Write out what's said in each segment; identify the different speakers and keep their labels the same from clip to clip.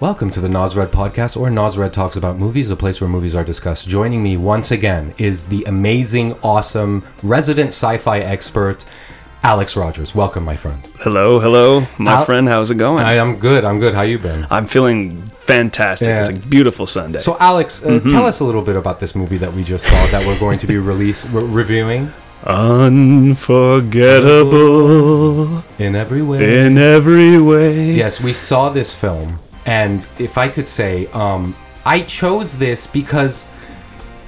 Speaker 1: Welcome to the Nosred podcast, or Nosred Talks About Movies, a place where movies are discussed. Joining me once again is the amazing, awesome, resident sci fi expert, Alex Rogers. Welcome, my friend.
Speaker 2: Hello, hello, my
Speaker 1: Al-
Speaker 2: friend. How's it going?
Speaker 1: I
Speaker 2: I,
Speaker 1: am good. I'm good. How you been?
Speaker 2: am feeling fantastic.
Speaker 1: Yeah.
Speaker 2: It's a beautiful Sunday.
Speaker 1: So, Alex, uh, tell us a little bit about this movie that we just saw that we're going to be release re- reviewing
Speaker 2: Unforgettable
Speaker 1: in every way.
Speaker 2: in every way.
Speaker 1: Yes, we saw this film, and if I could say, um, I chose this because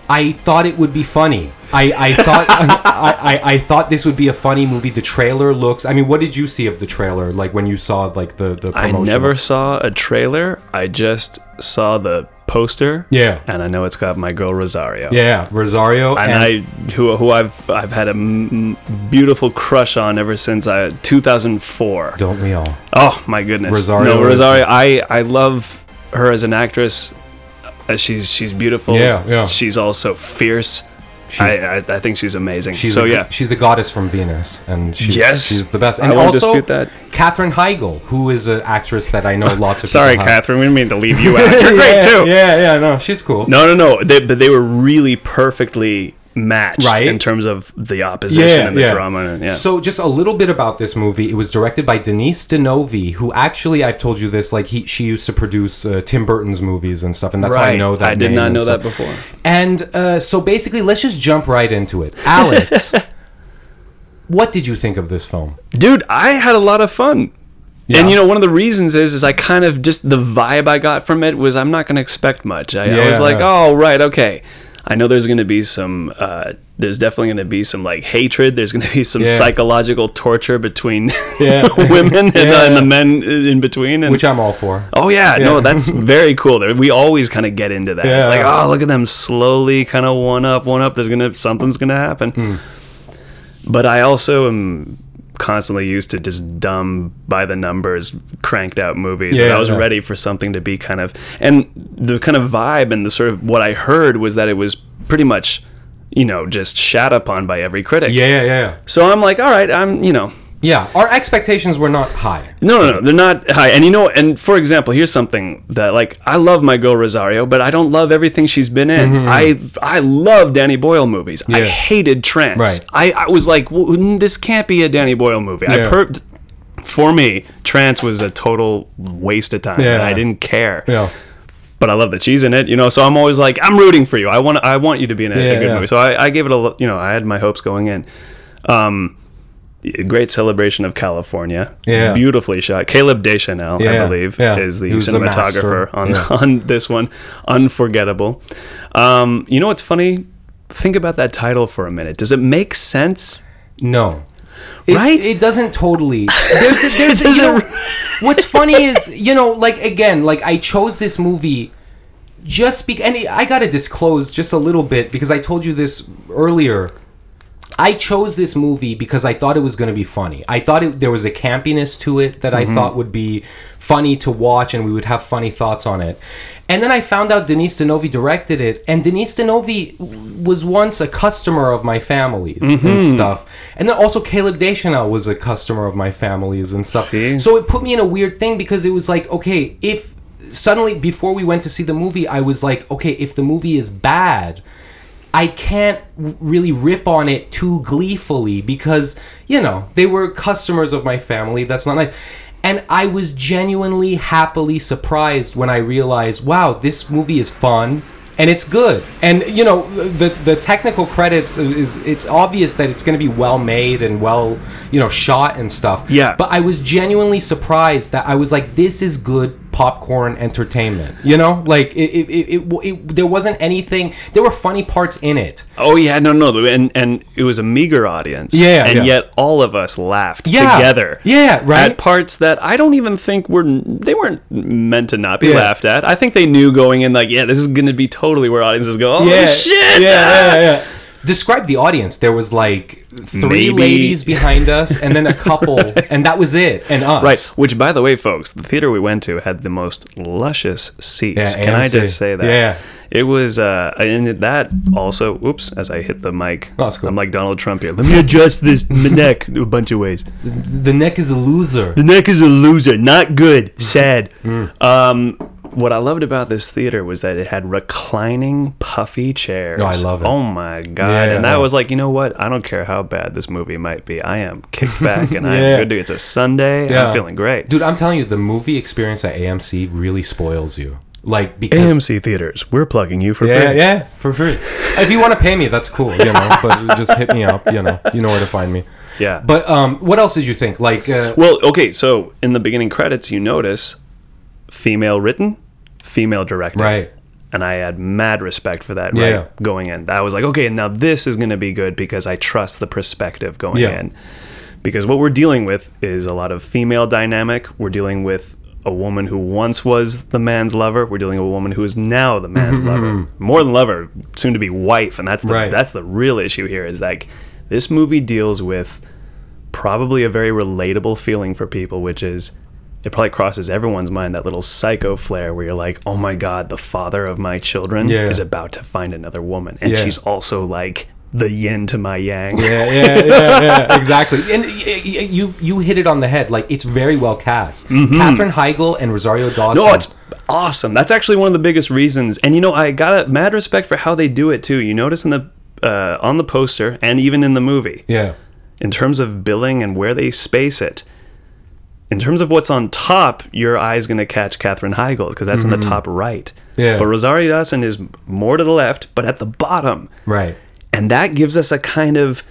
Speaker 1: I thought it would be funny. I, I thought I, I, I thought this would be a funny movie. The trailer looks. I mean, what did you see of the trailer? Like when you saw like the the
Speaker 2: I
Speaker 1: promotion?
Speaker 2: never saw a trailer. I just saw the poster.
Speaker 1: Yeah.
Speaker 2: And I know it's got my girl Rosario.
Speaker 1: Yeah, Rosario
Speaker 2: And, I, who, who I've I've had a m- beautiful crush on ever since I 2004.
Speaker 1: don't we all?
Speaker 2: Oh my goodness,
Speaker 1: Rosario
Speaker 2: No,
Speaker 1: is-
Speaker 2: Rosario. I I love her as an actress. Uh, She's she's beautiful.
Speaker 1: Yeah, yeah.
Speaker 2: She's also fierce. I, I I think she's amazing.
Speaker 1: She's
Speaker 2: so
Speaker 1: a,
Speaker 2: yeah.
Speaker 1: she's a goddess from Venus, and she's,
Speaker 2: Yes.
Speaker 1: she's the best.
Speaker 2: I
Speaker 1: And
Speaker 2: won't
Speaker 1: also,
Speaker 2: dispute that.
Speaker 1: Catherine Heigl, who is an actress that I know lots of.
Speaker 2: Sorry,
Speaker 1: people have.
Speaker 2: Catherine. We didn't mean to leave you out. You're
Speaker 1: yeah,
Speaker 2: great too.
Speaker 1: Yeah, yeah, no, she's cool.
Speaker 2: No, no, no. They, but they were really perfectly matched
Speaker 1: Right.
Speaker 2: in terms of the opposition and the drama. And, yeah.
Speaker 1: So just a little bit about this movie. It was directed by Denise Denovi, who actually I've told you this. Like he, she used to produce uh, Tim Burton's movies and stuff, and that's how I
Speaker 2: Right.
Speaker 1: know that.
Speaker 2: I did
Speaker 1: name
Speaker 2: not
Speaker 1: and
Speaker 2: know
Speaker 1: stuff.
Speaker 2: that before.
Speaker 1: And uh, so basically, let's just jump right into it. Alex, what did you think of this film?
Speaker 2: dude i had a lot of fun
Speaker 1: Yeah.
Speaker 2: and you know one of the reasons is is i kind of just the vibe i got from it was i'm not going to expect much i, I
Speaker 1: Yeah.
Speaker 2: was like oh right okay i know there's going to be some uh, there's definitely going to be some like hatred there's going to be some
Speaker 1: Yeah.
Speaker 2: psychological torture between
Speaker 1: Yeah.
Speaker 2: women and,
Speaker 1: Yeah.
Speaker 2: uh, and the men in between and
Speaker 1: Which I'm all for.
Speaker 2: Oh yeah, no, that's very cool. There- We always kind of get into that. It's like,
Speaker 1: Yeah.
Speaker 2: oh, look at them slowly, kind of one up, one up. There's gonna something's gonna happen.
Speaker 1: Hmm.
Speaker 2: But I also am constantly used to just dumb by the numbers, cranked out movies. and
Speaker 1: Yeah,
Speaker 2: I was
Speaker 1: yeah.
Speaker 2: ready for something to be kind of, and the kind of vibe and the sort of what I heard was that it was pretty much, you know, just shat upon by every critic.
Speaker 1: Yeah, yeah, yeah.
Speaker 2: So I'm like, all right, I'm, you know,
Speaker 1: Yeah, our expectations were not high.
Speaker 2: no, no, no, they're not high. And you know, and for example, here's something that like I love my girl Rosario, but I don't love everything she's been in. I I love Danny Boyle movies. I
Speaker 1: Mm-hmm. Yeah.
Speaker 2: hated Trance.
Speaker 1: Right.
Speaker 2: I, I was like, "W- mm, this can't be a Danny Boyle movie.
Speaker 1: Yeah.
Speaker 2: I per- for me, Trance was a total waste of time.
Speaker 1: Yeah.
Speaker 2: And I didn't care.
Speaker 1: Yeah.
Speaker 2: But I love that she's in it, you know. So I'm always like, I'm rooting for you. I want I want you to be in a, a
Speaker 1: Yeah,
Speaker 2: good
Speaker 1: yeah.
Speaker 2: movie. So I, I gave it a lo- you know I had my hopes going in. Um, great celebration of California.
Speaker 1: Yeah.
Speaker 2: Beautifully shot. Caleb Deschanel,
Speaker 1: Yeah,
Speaker 2: I believe,
Speaker 1: yeah.
Speaker 2: is the
Speaker 1: He was the master.
Speaker 2: cinematographer on, on this one. Unforgettable. Um, you know what's funny? Think about that title for a minute. Does it make sense?
Speaker 1: No. It,
Speaker 2: Right?
Speaker 1: It doesn't totally. There's, a, there's, a, you
Speaker 2: doesn't-
Speaker 1: know, what's funny is you know, like again, like I chose this movie just because, and I gotta disclose just a little bit because I told you this earlier. I chose this movie because I thought it was going to be funny. I thought it, there was a campiness to it that I thought would be funny to watch and we would have funny thoughts on it. And then I found out Denise Denovi directed it and Denise Denovi w- was once a customer of my family's and stuff. And then also Caleb Deschanel was a customer of my family's and stuff.
Speaker 2: See?
Speaker 1: So it put me in a weird thing because it was like, okay, if suddenly before we went to see the movie, I was like, okay, if the movie is bad, I can't w- really rip on it too gleefully because, you know, they were customers of my family. That's not nice. And I was genuinely happily surprised when I realized, wow, this movie is fun and it's good. And you know, the the technical credits is it's obvious that it's going to be well made and well, you know, shot and stuff.
Speaker 2: Yeah.
Speaker 1: But I was genuinely surprised that I was like, this is good popcorn entertainment. You know, like it, it, it, it, w- it there wasn't anything. There were funny parts in it.
Speaker 2: Oh yeah, no, no, and and it was a meager audience.
Speaker 1: Yeah,
Speaker 2: and
Speaker 1: yeah.
Speaker 2: yet all of us laughed
Speaker 1: Yeah.
Speaker 2: together.
Speaker 1: Yeah, right?
Speaker 2: At parts that I don't even think were they weren't meant to not be
Speaker 1: Yeah.
Speaker 2: laughed at. I think they knew going in like, yeah, this is going to be totally where audiences go. Oh
Speaker 1: Yeah,
Speaker 2: shit!
Speaker 1: yeah, yeah. Describe the audience. There was like three
Speaker 2: Maybe-
Speaker 1: ladies behind us, and then a couple, and that was it, and us.
Speaker 2: Right. Which, by the way, folks, the theater we went to had the most luscious seats.
Speaker 1: Yeah,
Speaker 2: Can I
Speaker 1: AMC.
Speaker 2: just say that?
Speaker 1: Yeah.
Speaker 2: It was, uh, and that also, oops, as I hit the mic,
Speaker 1: Oh, that's cool.
Speaker 2: I'm like Donald Trump here. Let me adjust this neck a bunch of ways.
Speaker 1: The neck is a loser. Hmm.
Speaker 2: The neck is a loser. Not good. Sad. Um, what I loved about this theater was that it had reclining puffy chairs.
Speaker 1: Oh, I love it.
Speaker 2: Oh my god!
Speaker 1: Yeah,
Speaker 2: and that
Speaker 1: yeah.
Speaker 2: was like, you know what? I don't care how bad this movie might be. I am kicked back and I
Speaker 1: Yeah.
Speaker 2: am good. To, it's a Sunday.
Speaker 1: Yeah.
Speaker 2: I'm feeling great.
Speaker 1: Dude, I'm telling you, the movie experience at AMC really spoils you. Like because
Speaker 2: AMC theaters, we're plugging you for
Speaker 1: yeah,
Speaker 2: free.
Speaker 1: yeah, for free. if you want to pay me, that's cool, you know. But just hit me up, you know. You know where to find me.
Speaker 2: Yeah.
Speaker 1: But um, what else did you think? Like, uh,
Speaker 2: Well, okay, so in the beginning credits, you notice female written, female directed.
Speaker 1: right?
Speaker 2: And I had mad respect for that,
Speaker 1: Yeah.
Speaker 2: right? Going in. I was like, okay, now this is going to be good because I trust the perspective going
Speaker 1: Yeah.
Speaker 2: in. Because what we're dealing with is a lot of female dynamic. We're dealing with a woman who once was the man's lover. We're dealing with a woman who is now the man's lover. More than lover, soon to be wife. And that's the,
Speaker 1: Right.
Speaker 2: that's the real issue here is like this movie deals with probably a very relatable feeling for people, which is it probably crosses everyone's mind that little psycho flare where you're like, oh my God, the father of my children
Speaker 1: Yeah.
Speaker 2: is about to find another woman. And
Speaker 1: Yeah.
Speaker 2: she's also like the yin to my yang.
Speaker 1: Yeah, yeah, yeah, yeah, exactly. And y- y- you you hit it on the head. Like it's very well cast. Catherine Heigl and Rosario Dawson.
Speaker 2: Mm-hmm. No, Oh, it's awesome. That's actually one of the biggest reasons. And you know, I got a mad respect for how they do it too. You notice in the uh, on the poster and even in the movie,
Speaker 1: yeah,
Speaker 2: in terms of billing and where they space it. In terms of what's on top, your eye's going to catch Katherine Heigl because that's in the top right.
Speaker 1: Yeah.
Speaker 2: But Rosario Dawson is more to the left, but at the bottom.
Speaker 1: right.
Speaker 2: And that gives us a kind of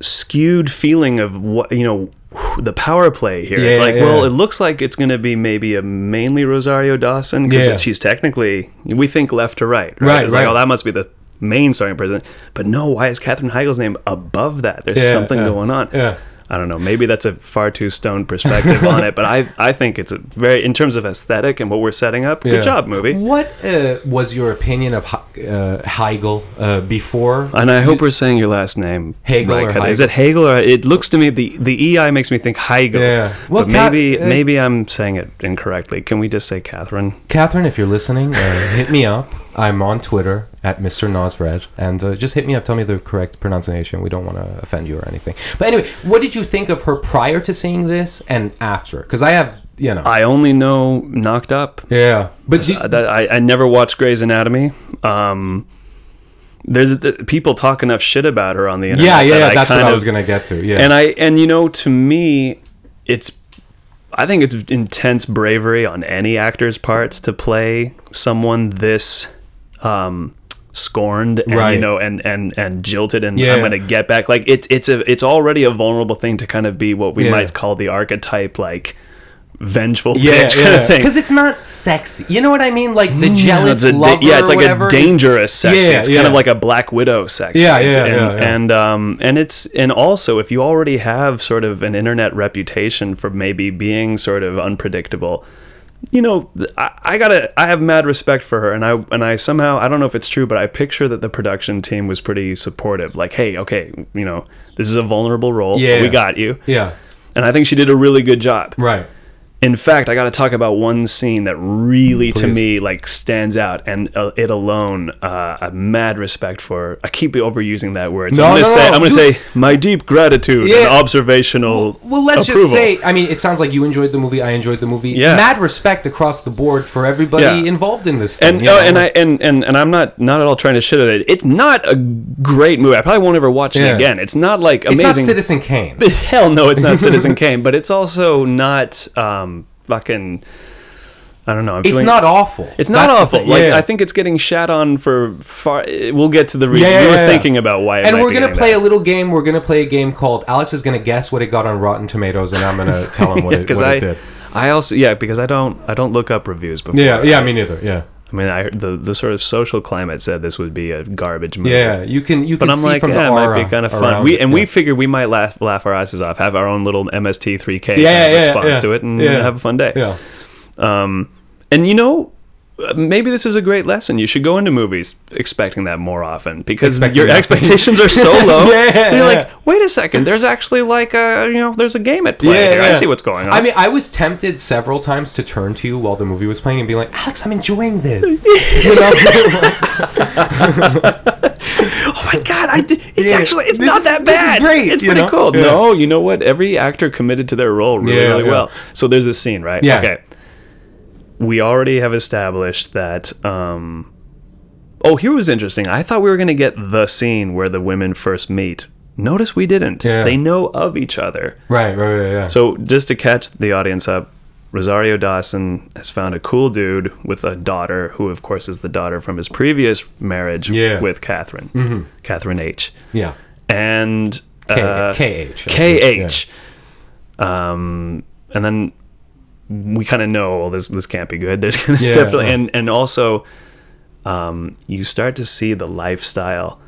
Speaker 2: skewed feeling of what, you know, the power play here. it's
Speaker 1: Yeah,
Speaker 2: like,
Speaker 1: yeah.
Speaker 2: well, it looks like it's going to be maybe a mainly Rosario Dawson because
Speaker 1: Yeah.
Speaker 2: she's technically, we think left to right. Right.
Speaker 1: Right,
Speaker 2: it's
Speaker 1: right.
Speaker 2: like, oh, that must be the main starting person. But no, why is Catherine Heigl's name above that? There's
Speaker 1: Yeah,
Speaker 2: something
Speaker 1: yeah,
Speaker 2: going on.
Speaker 1: yeah.
Speaker 2: I don't know. Maybe that's a far too stoned perspective on it, but I, I think it's a very, in terms of aesthetic and what we're setting up,
Speaker 1: Yeah.
Speaker 2: good job, movie.
Speaker 1: What uh, was your opinion of He- uh, Heigl uh, before?
Speaker 2: And I hope we're saying your last name.
Speaker 1: Hegel or
Speaker 2: Heather. Is it Hegel or it looks to me the the EI makes me think Hegel.
Speaker 1: Yeah. Well,
Speaker 2: but
Speaker 1: Ca-
Speaker 2: maybe
Speaker 1: uh,
Speaker 2: maybe I'm saying it incorrectly. Can we just say Catherine?
Speaker 1: Catherine, if you're listening, uh, hit me up. I'm on Twitter at Mr. Nosred, and uh, just hit me up. Tell me the correct pronunciation. We don't want to offend you or anything. But anyway, what did you think of her prior to seeing this and after? Because I have, you know,
Speaker 2: I only know Knocked Up.
Speaker 1: yeah. But you,
Speaker 2: Uh, that- I, I never watched Grey's Anatomy. Um, there's the, people talk enough shit about her on the internet.
Speaker 1: yeah, yeah,
Speaker 2: that
Speaker 1: yeah,
Speaker 2: I
Speaker 1: that's what
Speaker 2: kind
Speaker 1: I
Speaker 2: of-
Speaker 1: was gonna get to. Yeah,
Speaker 2: And I and you know to me, it's I think it's intense bravery on any actor's part to play someone this um, scorned and
Speaker 1: Right.
Speaker 2: you know and and and jilted and
Speaker 1: Yeah.
Speaker 2: I'm gonna get back. Like it's it's a it's already a vulnerable thing to kind of be what we
Speaker 1: Yeah.
Speaker 2: might call the archetype like vengeful
Speaker 1: yeah,
Speaker 2: bitch kind of thing.
Speaker 1: Because it's not sexy. You know what I mean? Like the jealous
Speaker 2: It's a-
Speaker 1: lover.
Speaker 2: Mm, yeah, it's like
Speaker 1: whatever
Speaker 2: a
Speaker 1: is-
Speaker 2: dangerous sexy.
Speaker 1: Yeah,
Speaker 2: it's kind
Speaker 1: yeah.
Speaker 2: of like a Black Widow sexy.
Speaker 1: Yeah,
Speaker 2: It's-
Speaker 1: yeah,
Speaker 2: and,
Speaker 1: yeah, yeah.
Speaker 2: And um, and it's and also if you already have sort of an internet reputation for maybe being sort of unpredictable, you know, th- I, I gotta I have mad respect for her, and I and I somehow I don't know if it's true, but I picture that the production team was pretty supportive. Like, hey, okay, you know, this is a vulnerable role.
Speaker 1: Yeah.
Speaker 2: we got you.
Speaker 1: Yeah,
Speaker 2: And I think she did a really good job.
Speaker 1: right.
Speaker 2: In fact, I got to talk about one scene that really, to
Speaker 1: Please.
Speaker 2: me, like stands out, and uh, it alone, uh, a mad respect for. I keep overusing that word. So
Speaker 1: No,
Speaker 2: I'm gonna
Speaker 1: no,
Speaker 2: say,
Speaker 1: no,
Speaker 2: I'm gonna
Speaker 1: dude.
Speaker 2: say, my deep gratitude
Speaker 1: Yeah.
Speaker 2: and observational.
Speaker 1: Well, let's
Speaker 2: approval.
Speaker 1: just say. I mean, it sounds like you enjoyed the movie. I enjoyed the movie.
Speaker 2: Yeah.
Speaker 1: Mad respect across the board for everybody
Speaker 2: Yeah.
Speaker 1: involved in this. Thing,
Speaker 2: And
Speaker 1: you
Speaker 2: no,
Speaker 1: know?
Speaker 2: and I and, and and I'm not not at all trying to shit at it. It's not a great movie. I probably won't ever watch
Speaker 1: Yeah.
Speaker 2: it again. It's not like
Speaker 1: It's
Speaker 2: amazing.
Speaker 1: not Citizen Kane.
Speaker 2: Hell no, it's not Citizen Kane, but it's also not um, fucking. I don't know. I'm
Speaker 1: It's
Speaker 2: feeling-
Speaker 1: not awful.
Speaker 2: It's not
Speaker 1: That's the
Speaker 2: awful.
Speaker 1: thing.
Speaker 2: Like
Speaker 1: Yeah.
Speaker 2: I think it's getting shat on for far. We'll get to the reason.
Speaker 1: Yeah, yeah,
Speaker 2: we were
Speaker 1: yeah, yeah.
Speaker 2: thinking about why. It
Speaker 1: And
Speaker 2: might
Speaker 1: we're
Speaker 2: be
Speaker 1: gonna
Speaker 2: getting
Speaker 1: play
Speaker 2: that.
Speaker 1: a little game. We're gonna play a game called Alex is gonna guess what it got on Rotten Tomatoes, and I'm gonna tell him what, it,
Speaker 2: because
Speaker 1: what
Speaker 2: I,
Speaker 1: it did.
Speaker 2: I also yeah because I don't I don't look up reviews before.
Speaker 1: Yeah, yeah, me neither. Yeah,
Speaker 2: I mean, I heard the the sort of social climate said this would be a garbage movie.
Speaker 1: yeah. You can you
Speaker 2: But
Speaker 1: can
Speaker 2: I'm
Speaker 1: see
Speaker 2: like,
Speaker 1: from
Speaker 2: yeah, it
Speaker 1: the aura
Speaker 2: might be kind of fun.
Speaker 1: around
Speaker 2: We
Speaker 1: it,
Speaker 2: and
Speaker 1: yeah.
Speaker 2: we figured we might laugh laugh our asses off, have our own little MST3K
Speaker 1: yeah,
Speaker 2: kind of
Speaker 1: yeah,
Speaker 2: response
Speaker 1: yeah.
Speaker 2: to it, and
Speaker 1: Yeah.
Speaker 2: have a fun day.
Speaker 1: yeah.
Speaker 2: Um, and you know, uh, maybe this is a great lesson. You should go into movies expecting that more often because
Speaker 1: Expecting
Speaker 2: your
Speaker 1: nothing.
Speaker 2: expectations are so low.
Speaker 1: Yeah,
Speaker 2: and you're
Speaker 1: yeah.
Speaker 2: like, wait a second, there's actually like a you know, there's a game at play.
Speaker 1: Yeah,
Speaker 2: here. I
Speaker 1: yeah.
Speaker 2: see what's going on.
Speaker 1: I mean, I was tempted several times to turn to you while the movie was playing and be like, Alex, I'm enjoying this. You know?
Speaker 2: oh my god, I did, it's
Speaker 1: Yeah.
Speaker 2: actually it's
Speaker 1: This
Speaker 2: not
Speaker 1: is-
Speaker 2: that
Speaker 1: this is
Speaker 2: bad.
Speaker 1: great,
Speaker 2: It's
Speaker 1: you
Speaker 2: pretty
Speaker 1: know?
Speaker 2: cool.
Speaker 1: Yeah.
Speaker 2: No, you know what? Every actor committed to their role really,
Speaker 1: Yeah,
Speaker 2: really
Speaker 1: yeah.
Speaker 2: well. So there's this scene, right?
Speaker 1: Yeah.
Speaker 2: Okay. we already have established that. Um, oh, here was interesting. I thought we were going to get the scene where the women first meet. Notice we didn't.
Speaker 1: Yeah.
Speaker 2: They know of each other.
Speaker 1: Right, right, right, yeah.
Speaker 2: So just to catch the audience up, Rosario Dawson has found a cool dude with a daughter, who of course is the daughter from his previous marriage
Speaker 1: Yeah.
Speaker 2: with Catherine, Catherine H,
Speaker 1: yeah.
Speaker 2: and
Speaker 1: K-
Speaker 2: uh,
Speaker 1: KH.
Speaker 2: KH. Um, and then we kind of know well, this this can't be good. There's gonna
Speaker 1: Yeah.
Speaker 2: definitely and and also um, you start to see the lifestyle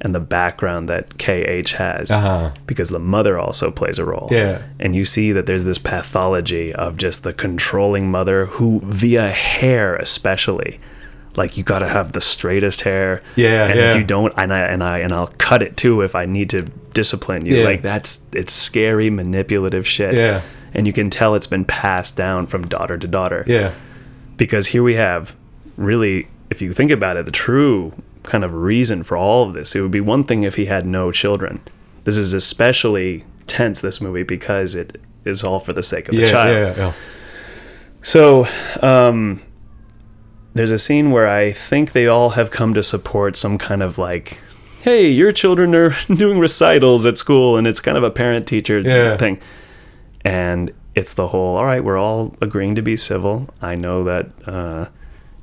Speaker 2: and the background that KH has
Speaker 1: Uh-huh.
Speaker 2: because the mother also plays a role.
Speaker 1: Yeah.
Speaker 2: And you see that there's this pathology of just the controlling mother who via hair especially like you got to have the straightest hair.
Speaker 1: Yeah,
Speaker 2: And
Speaker 1: yeah.
Speaker 2: if you don't and I and I and I'll cut it too if I need to discipline you.
Speaker 1: Yeah.
Speaker 2: Like that's it's scary manipulative shit.
Speaker 1: Yeah.
Speaker 2: And you can tell it's been passed down from daughter to daughter.
Speaker 1: Yeah. yeah.
Speaker 2: Because here we have really, if you think about it, the true kind of reason for all of this. It would be one thing if he had no children. This is especially tense, this movie, because it is all for the sake of the
Speaker 1: Yeah,
Speaker 2: child.
Speaker 1: yeah, yeah.
Speaker 2: So, um, there's a scene where I think they all have come to support some kind of like, hey, your children are doing recitals at school, and it's kind of a parent teacher
Speaker 1: Yeah.
Speaker 2: thing. And it's the whole, all right, we're all agreeing to be civil. I know that uh,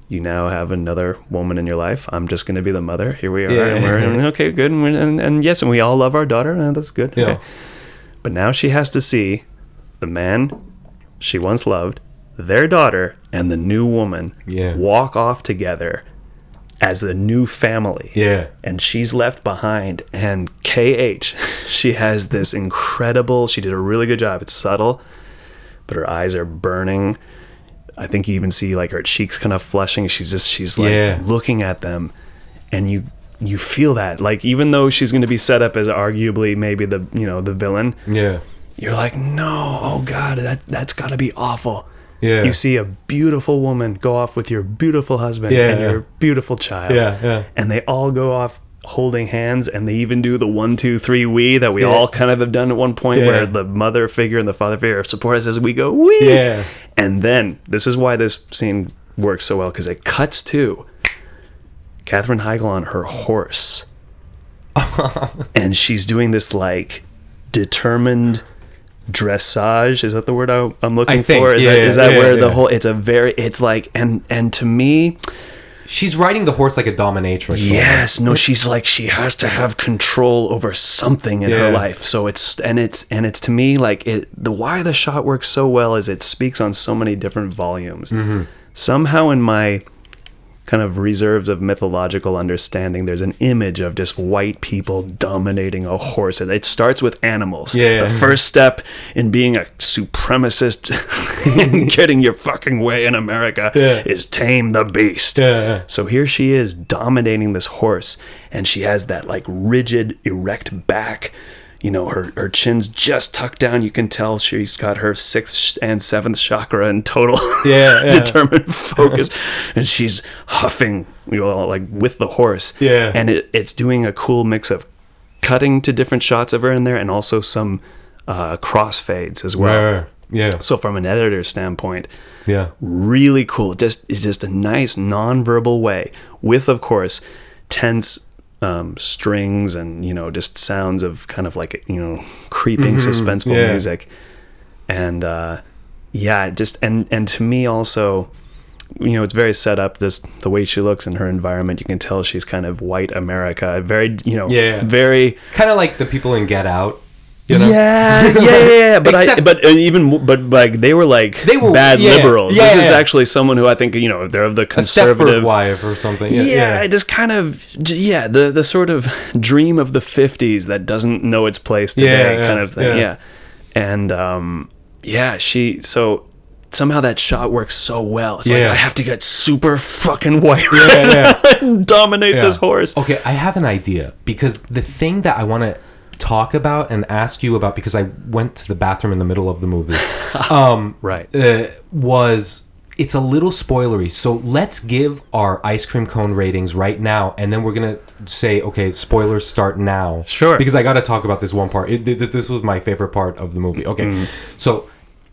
Speaker 2: you now have another woman in your life. I'm just going to be the mother. Here we are.
Speaker 1: Yeah.
Speaker 2: And we're, and okay, good. And, we're, and, and yes, and we all love our daughter. and that's good.
Speaker 1: Yeah.
Speaker 2: Okay. But now she has to see the man she once loved, their daughter, and the new woman
Speaker 1: Yeah.
Speaker 2: walk off together as a new family.
Speaker 1: Yeah.
Speaker 2: And she's left behind. And KH, she has this incredible, she did a really good job. It's subtle, but her eyes are burning. I think you even see like her cheeks kind of flushing. She's just, she's like
Speaker 1: Yeah.
Speaker 2: looking at them. And you, you feel that like even though she's going to be set up as arguably maybe the you know the villain
Speaker 1: Yeah.
Speaker 2: you're like, no, oh God, that that's gotta be awful.
Speaker 1: Yeah.
Speaker 2: You see a beautiful woman go off with your beautiful husband
Speaker 1: Yeah,
Speaker 2: and
Speaker 1: yeah.
Speaker 2: your beautiful child.
Speaker 1: Yeah, yeah.
Speaker 2: And they all go off holding hands and they even do the one, two, three we that we
Speaker 1: Yeah.
Speaker 2: all kind of have done at one point
Speaker 1: Yeah.
Speaker 2: where the mother figure and the father figure are support us as we go, we
Speaker 1: Yeah.
Speaker 2: and then this is why this scene works so well, because it cuts to Catherine Heigl on her horse and she's doing this like determined dressage is that the word I, i'm looking
Speaker 1: I think,
Speaker 2: for is
Speaker 1: yeah,
Speaker 2: that, is that
Speaker 1: yeah,
Speaker 2: where the
Speaker 1: yeah.
Speaker 2: whole it's a very it's like and and to me
Speaker 1: She's riding the horse like a dominatrix.
Speaker 2: yes no she's like she has to have control over something in
Speaker 1: Yeah.
Speaker 2: her life so it's and it's and it's to me like it the why the shot works so well is it speaks on so many different volumes
Speaker 1: Mm-hmm.
Speaker 2: somehow in my kind of reserves of mythological understanding there's an image of just white people dominating a horse and it starts with animals
Speaker 1: Yeah.
Speaker 2: the first step in being a supremacist and getting your fucking way in america
Speaker 1: Yeah.
Speaker 2: is tame the beast
Speaker 1: Yeah.
Speaker 2: so here she is dominating this horse, and she has that like rigid, erect back. You know, her, her chin's just tucked down. You can tell she's got her sixth sh- and seventh chakra in total
Speaker 1: Yeah, yeah.
Speaker 2: determined focus. and she's huffing, you know, like with the horse.
Speaker 1: Yeah.
Speaker 2: And it, it's doing a cool mix of cutting to different shots of her in there and also some uh, crossfades as well.
Speaker 1: Right, right. Yeah.
Speaker 2: So, from an editor's standpoint,
Speaker 1: Yeah.
Speaker 2: really cool. It just it's just a nice nonverbal way with, of course, tense um, strings and you know just sounds of kind of like you know creeping suspenseful
Speaker 1: Mm-hmm. Yeah.
Speaker 2: music, and uh, yeah, it just and and to me also. You know, it's very set up. Just the way she looks in her environment, you can tell she's kind of white America. Very, you know,
Speaker 1: Yeah.
Speaker 2: very
Speaker 1: Kind of like the people in Get Out. You know?
Speaker 2: yeah, yeah, yeah. yeah. But I,
Speaker 1: Except-
Speaker 2: but uh, even mo- but like they were like
Speaker 1: They were-
Speaker 2: bad
Speaker 1: yeah,
Speaker 2: liberals.
Speaker 1: yeah,
Speaker 2: this is
Speaker 1: yeah.
Speaker 2: actually someone who I think you know they're of the
Speaker 1: A Stepford
Speaker 2: conservative.
Speaker 1: wife or something.
Speaker 2: Yeah,
Speaker 1: Yeah.
Speaker 2: just kind of j- yeah the the sort of dream of the '50s that doesn't know its place today,
Speaker 1: Yeah, yeah,
Speaker 2: kind of thing.
Speaker 1: yeah.
Speaker 2: Yeah. and um, yeah, she so somehow that shot works so well. It's
Speaker 1: Yeah.
Speaker 2: like I have to get super fucking white
Speaker 1: Yeah, yeah.
Speaker 2: and dominate
Speaker 1: Yeah. Oh,
Speaker 2: this horse.
Speaker 1: Okay, I have an idea because the thing that I want to talk about and ask you about because I went to the bathroom in the middle of the movie um,
Speaker 2: Right.
Speaker 1: uh, was it's a little spoilery. So let's give our ice cream cone ratings right now, and then we're gonna say, okay, spoilers start now.
Speaker 2: Sure.
Speaker 1: Because I got to talk about this one part. It, this, this was my favorite part of the movie. Okay, so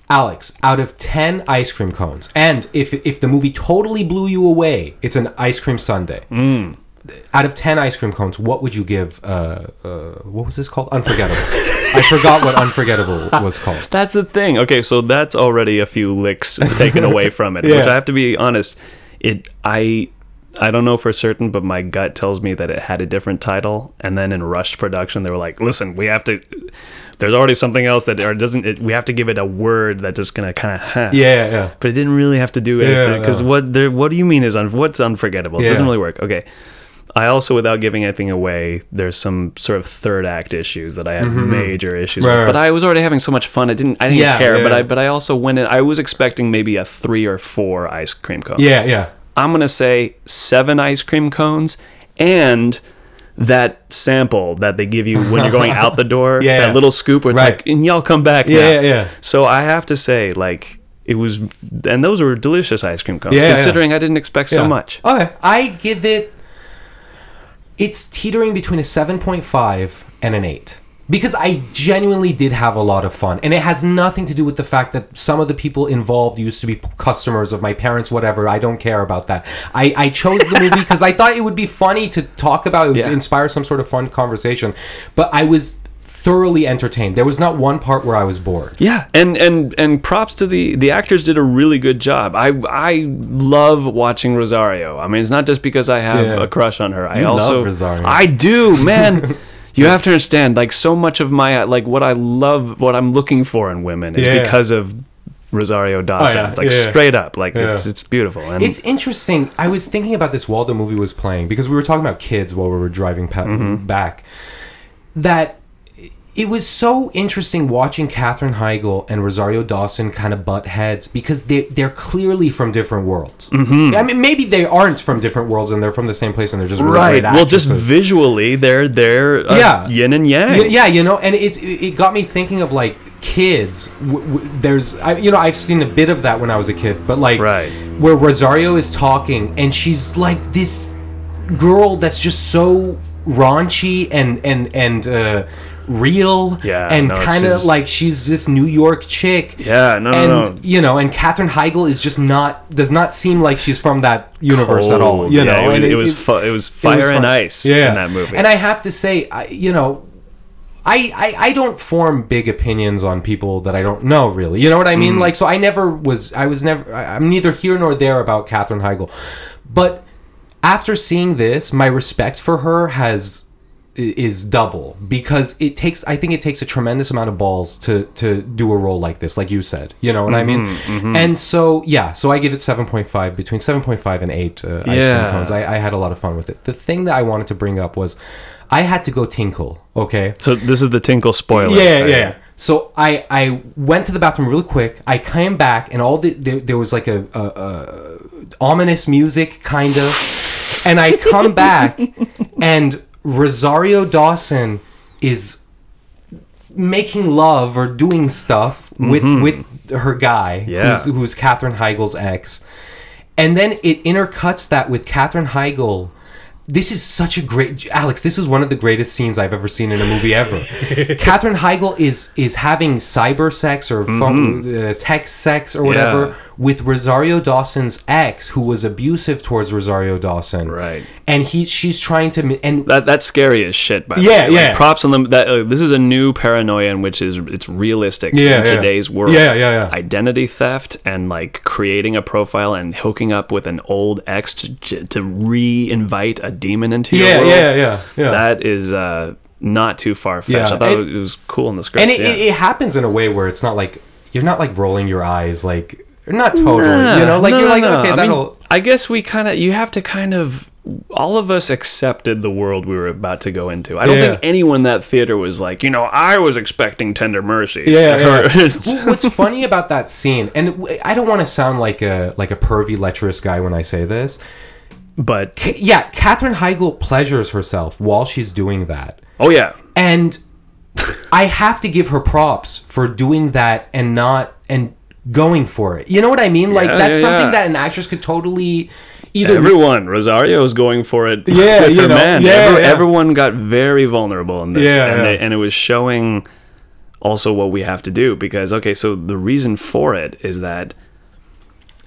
Speaker 1: Alex, out of 10 ice cream cones, and if if the movie totally blew you away, it's an ice cream sundae. Out of 10 ice cream cones, what would you give uh, uh what was this called? Unforgettable. I forgot what unforgettable was called.
Speaker 2: That's the thing. Okay, so that's already a few licks taken away from it, which
Speaker 1: Yeah.
Speaker 2: I have to be honest. It I I don't know for certain, but my gut tells me that it had a different title, and then in rushed production, they were like, "Listen, we have to. There's already something else that or doesn't. It, we have to give it a word that's just gonna kind of huh.
Speaker 1: Yeah, yeah.
Speaker 2: But it didn't really have to do anything because
Speaker 1: no.
Speaker 2: what there, what do you mean is un, what's unforgettable? It doesn't
Speaker 1: Yeah.
Speaker 2: really work. Okay. I also, without giving anything away, there's some sort of third act issues that I had major issues
Speaker 1: Mm-hmm. Right, right.
Speaker 2: with. But I was already having so much fun. I didn't, I didn't
Speaker 1: Yeah,
Speaker 2: care.
Speaker 1: yeah,
Speaker 2: But
Speaker 1: yeah.
Speaker 2: I, but I also went in. I was expecting maybe a three or four ice cream cones.
Speaker 1: Yeah, yeah.
Speaker 2: I'm gonna say seven ice cream cones and that sample that they give you when you're going out the door.
Speaker 1: Yeah.
Speaker 2: That little scoop where it's
Speaker 1: Right.
Speaker 2: like, and y'all come back.
Speaker 1: Yeah,
Speaker 2: now."
Speaker 1: yeah, yeah.
Speaker 2: So I have to say, like, it was, and those were delicious ice cream cones.
Speaker 1: Yeah, yeah.
Speaker 2: considering I didn't expect so
Speaker 1: Yeah.
Speaker 2: much.
Speaker 1: Okay. I give it. It's teetering between a 7.5 and an 8. Because I genuinely did have a lot of fun. And it has nothing to do with the fact that some of the people involved used to be p- customers of my parents, whatever. I don't care about that. I, I chose the movie because I thought it would be funny to talk about, it would
Speaker 2: Yeah.
Speaker 1: inspire some sort of fun conversation. But I was thoroughly entertained. There was not one part where I was bored.
Speaker 2: Yeah, and and and props to the the actors did a really good job. I I love watching Rosario. I mean, it's not just because I have
Speaker 1: Yeah.
Speaker 2: a crush on her. I
Speaker 1: love
Speaker 2: also
Speaker 1: Rosario.
Speaker 2: I do, man. you have to understand, like so much of my like what I love, what I'm looking for in women is
Speaker 1: Yeah. Oh,
Speaker 2: because of Rosario Dawson.
Speaker 1: yeah,
Speaker 2: Like
Speaker 1: yeah, yeah.
Speaker 2: straight up, like it's
Speaker 1: Yeah.
Speaker 2: it's beautiful. And
Speaker 1: It's interesting. I was thinking about this while the movie was playing because we were talking about kids while we were driving pa-
Speaker 2: Mm-hmm.
Speaker 1: back. That it was so interesting watching Katherine Heigl and Rosario Dawson kind of butt heads because they they're clearly from different worlds. Mm-hmm. I mean, maybe they aren't from different worlds and they're from the same place and they're just really
Speaker 2: right.
Speaker 1: Great
Speaker 2: Well, just
Speaker 1: actresses.
Speaker 2: visually, they're they're uh,
Speaker 1: Yeah.
Speaker 2: yin and yang.
Speaker 1: Y- yeah, you know, and it's it it got me thinking of like kids. W- w- there's, I, you know, I've seen a bit of that when I was a kid, but like
Speaker 2: Right.
Speaker 1: where Rosario is talking and she's like this girl that's just so raunchy and and and uh, real,
Speaker 2: Yeah,
Speaker 1: and
Speaker 2: no,
Speaker 1: kind of
Speaker 2: she's-
Speaker 1: like she's this New York chick.
Speaker 2: Yeah, no, no,
Speaker 1: and
Speaker 2: no.
Speaker 1: you know, and Katherine Heigl is just not does not seem like she's from that universe at all.
Speaker 2: Cold.
Speaker 1: You
Speaker 2: Oh, Yeah,
Speaker 1: know,
Speaker 2: it was,
Speaker 1: and
Speaker 2: it, was fu- it was
Speaker 1: it was
Speaker 2: fire and
Speaker 1: fun.
Speaker 2: ice in that movie.
Speaker 1: And I have to say, I, you know, I, I I don't form big opinions on people that I don't know really. You know what I
Speaker 2: Mm.
Speaker 1: mean? Like, so I never was. I was never. I, I'm neither here nor there about Katherine Heigl, but after seeing this, my respect for her has i- is double because it takes i think it takes a tremendous amount of balls to to do a role like this like you said you know what i mean and so yeah so i give it 7.5 between 7.5 and 8 uh, ice
Speaker 2: Yeah.
Speaker 1: cream cones I, I had a lot of fun with it the thing that i wanted to bring up was i had to go tinkle okay
Speaker 2: So this is the Tinkle spoiler.
Speaker 1: yeah,
Speaker 2: right?
Speaker 1: yeah. yeah. So I I went to the bathroom real quick. I came back, and all the there, there was like a, a, a ominous music kind of, and I come back, and Rosario Dawson is making love or doing stuff with with her guy,
Speaker 2: Yeah.
Speaker 1: who's, who's Katherine Heigl's ex, and then it intercuts that with Katherine Heigl. This is such a great Alex. This is one of the greatest scenes I've ever seen in a movie ever. Katherine Heigl is is having cyber sex or phone, uh, text sex or whatever
Speaker 2: Mm-hmm. Yeah.
Speaker 1: with Rosario Dawson's ex, who was abusive towards Rosario Dawson.
Speaker 2: Right.
Speaker 1: And he she's trying to mi- and
Speaker 2: That that's scary as shit. By the
Speaker 1: Yeah,
Speaker 2: way. Like,
Speaker 1: yeah.
Speaker 2: props on them. That uh, this is a new paranoia in which is it's realistic
Speaker 1: Yeah,
Speaker 2: in
Speaker 1: yeah.
Speaker 2: today's world.
Speaker 1: Yeah, yeah, yeah.
Speaker 2: Identity theft and like creating a profile and hooking up with an old ex to j- to re-invite a demon into your
Speaker 1: yeah,
Speaker 2: world.
Speaker 1: yeah, yeah, yeah.
Speaker 2: That is uh, not too far fetched.
Speaker 1: Yeah,
Speaker 2: I thought
Speaker 1: and-
Speaker 2: it was cool in the script.
Speaker 1: and it,
Speaker 2: yeah.
Speaker 1: it, it happens in a way where it's not like you're not like rolling your eyes like not totally you know like
Speaker 2: No,
Speaker 1: you're
Speaker 2: no,
Speaker 1: like
Speaker 2: no.
Speaker 1: okay
Speaker 2: I mean,
Speaker 1: that'll
Speaker 2: I guess we kind of you have to kind of all of us accepted the world we were about to go into. I don't
Speaker 1: Yeah.
Speaker 2: think anyone in that theater was like, you know, I was expecting tender mercy.
Speaker 1: Yeah,
Speaker 2: Or-
Speaker 1: Well, What's funny about that scene, and w- I don't want to sound like a like a pervy lecherous guy when I say this.
Speaker 2: but
Speaker 1: K- yeah, Katherine Heigl pleasures herself while she's doing that,
Speaker 2: oh yeah,
Speaker 1: and I have to give her props for doing that and not and going for it. You know what I mean? Like
Speaker 2: Yeah,
Speaker 1: that's
Speaker 2: yeah,
Speaker 1: something
Speaker 2: yeah.
Speaker 1: that an actress could totally either.
Speaker 2: everyone Rosario is going for it.
Speaker 1: Yeah,
Speaker 2: with
Speaker 1: you
Speaker 2: her
Speaker 1: know,
Speaker 2: man.
Speaker 1: yeah, yeah.
Speaker 2: Everyone got very vulnerable in this,
Speaker 1: Yeah,
Speaker 2: and,
Speaker 1: yeah.
Speaker 2: They, and it was showing also what we have to do because okay, so the reason for it is that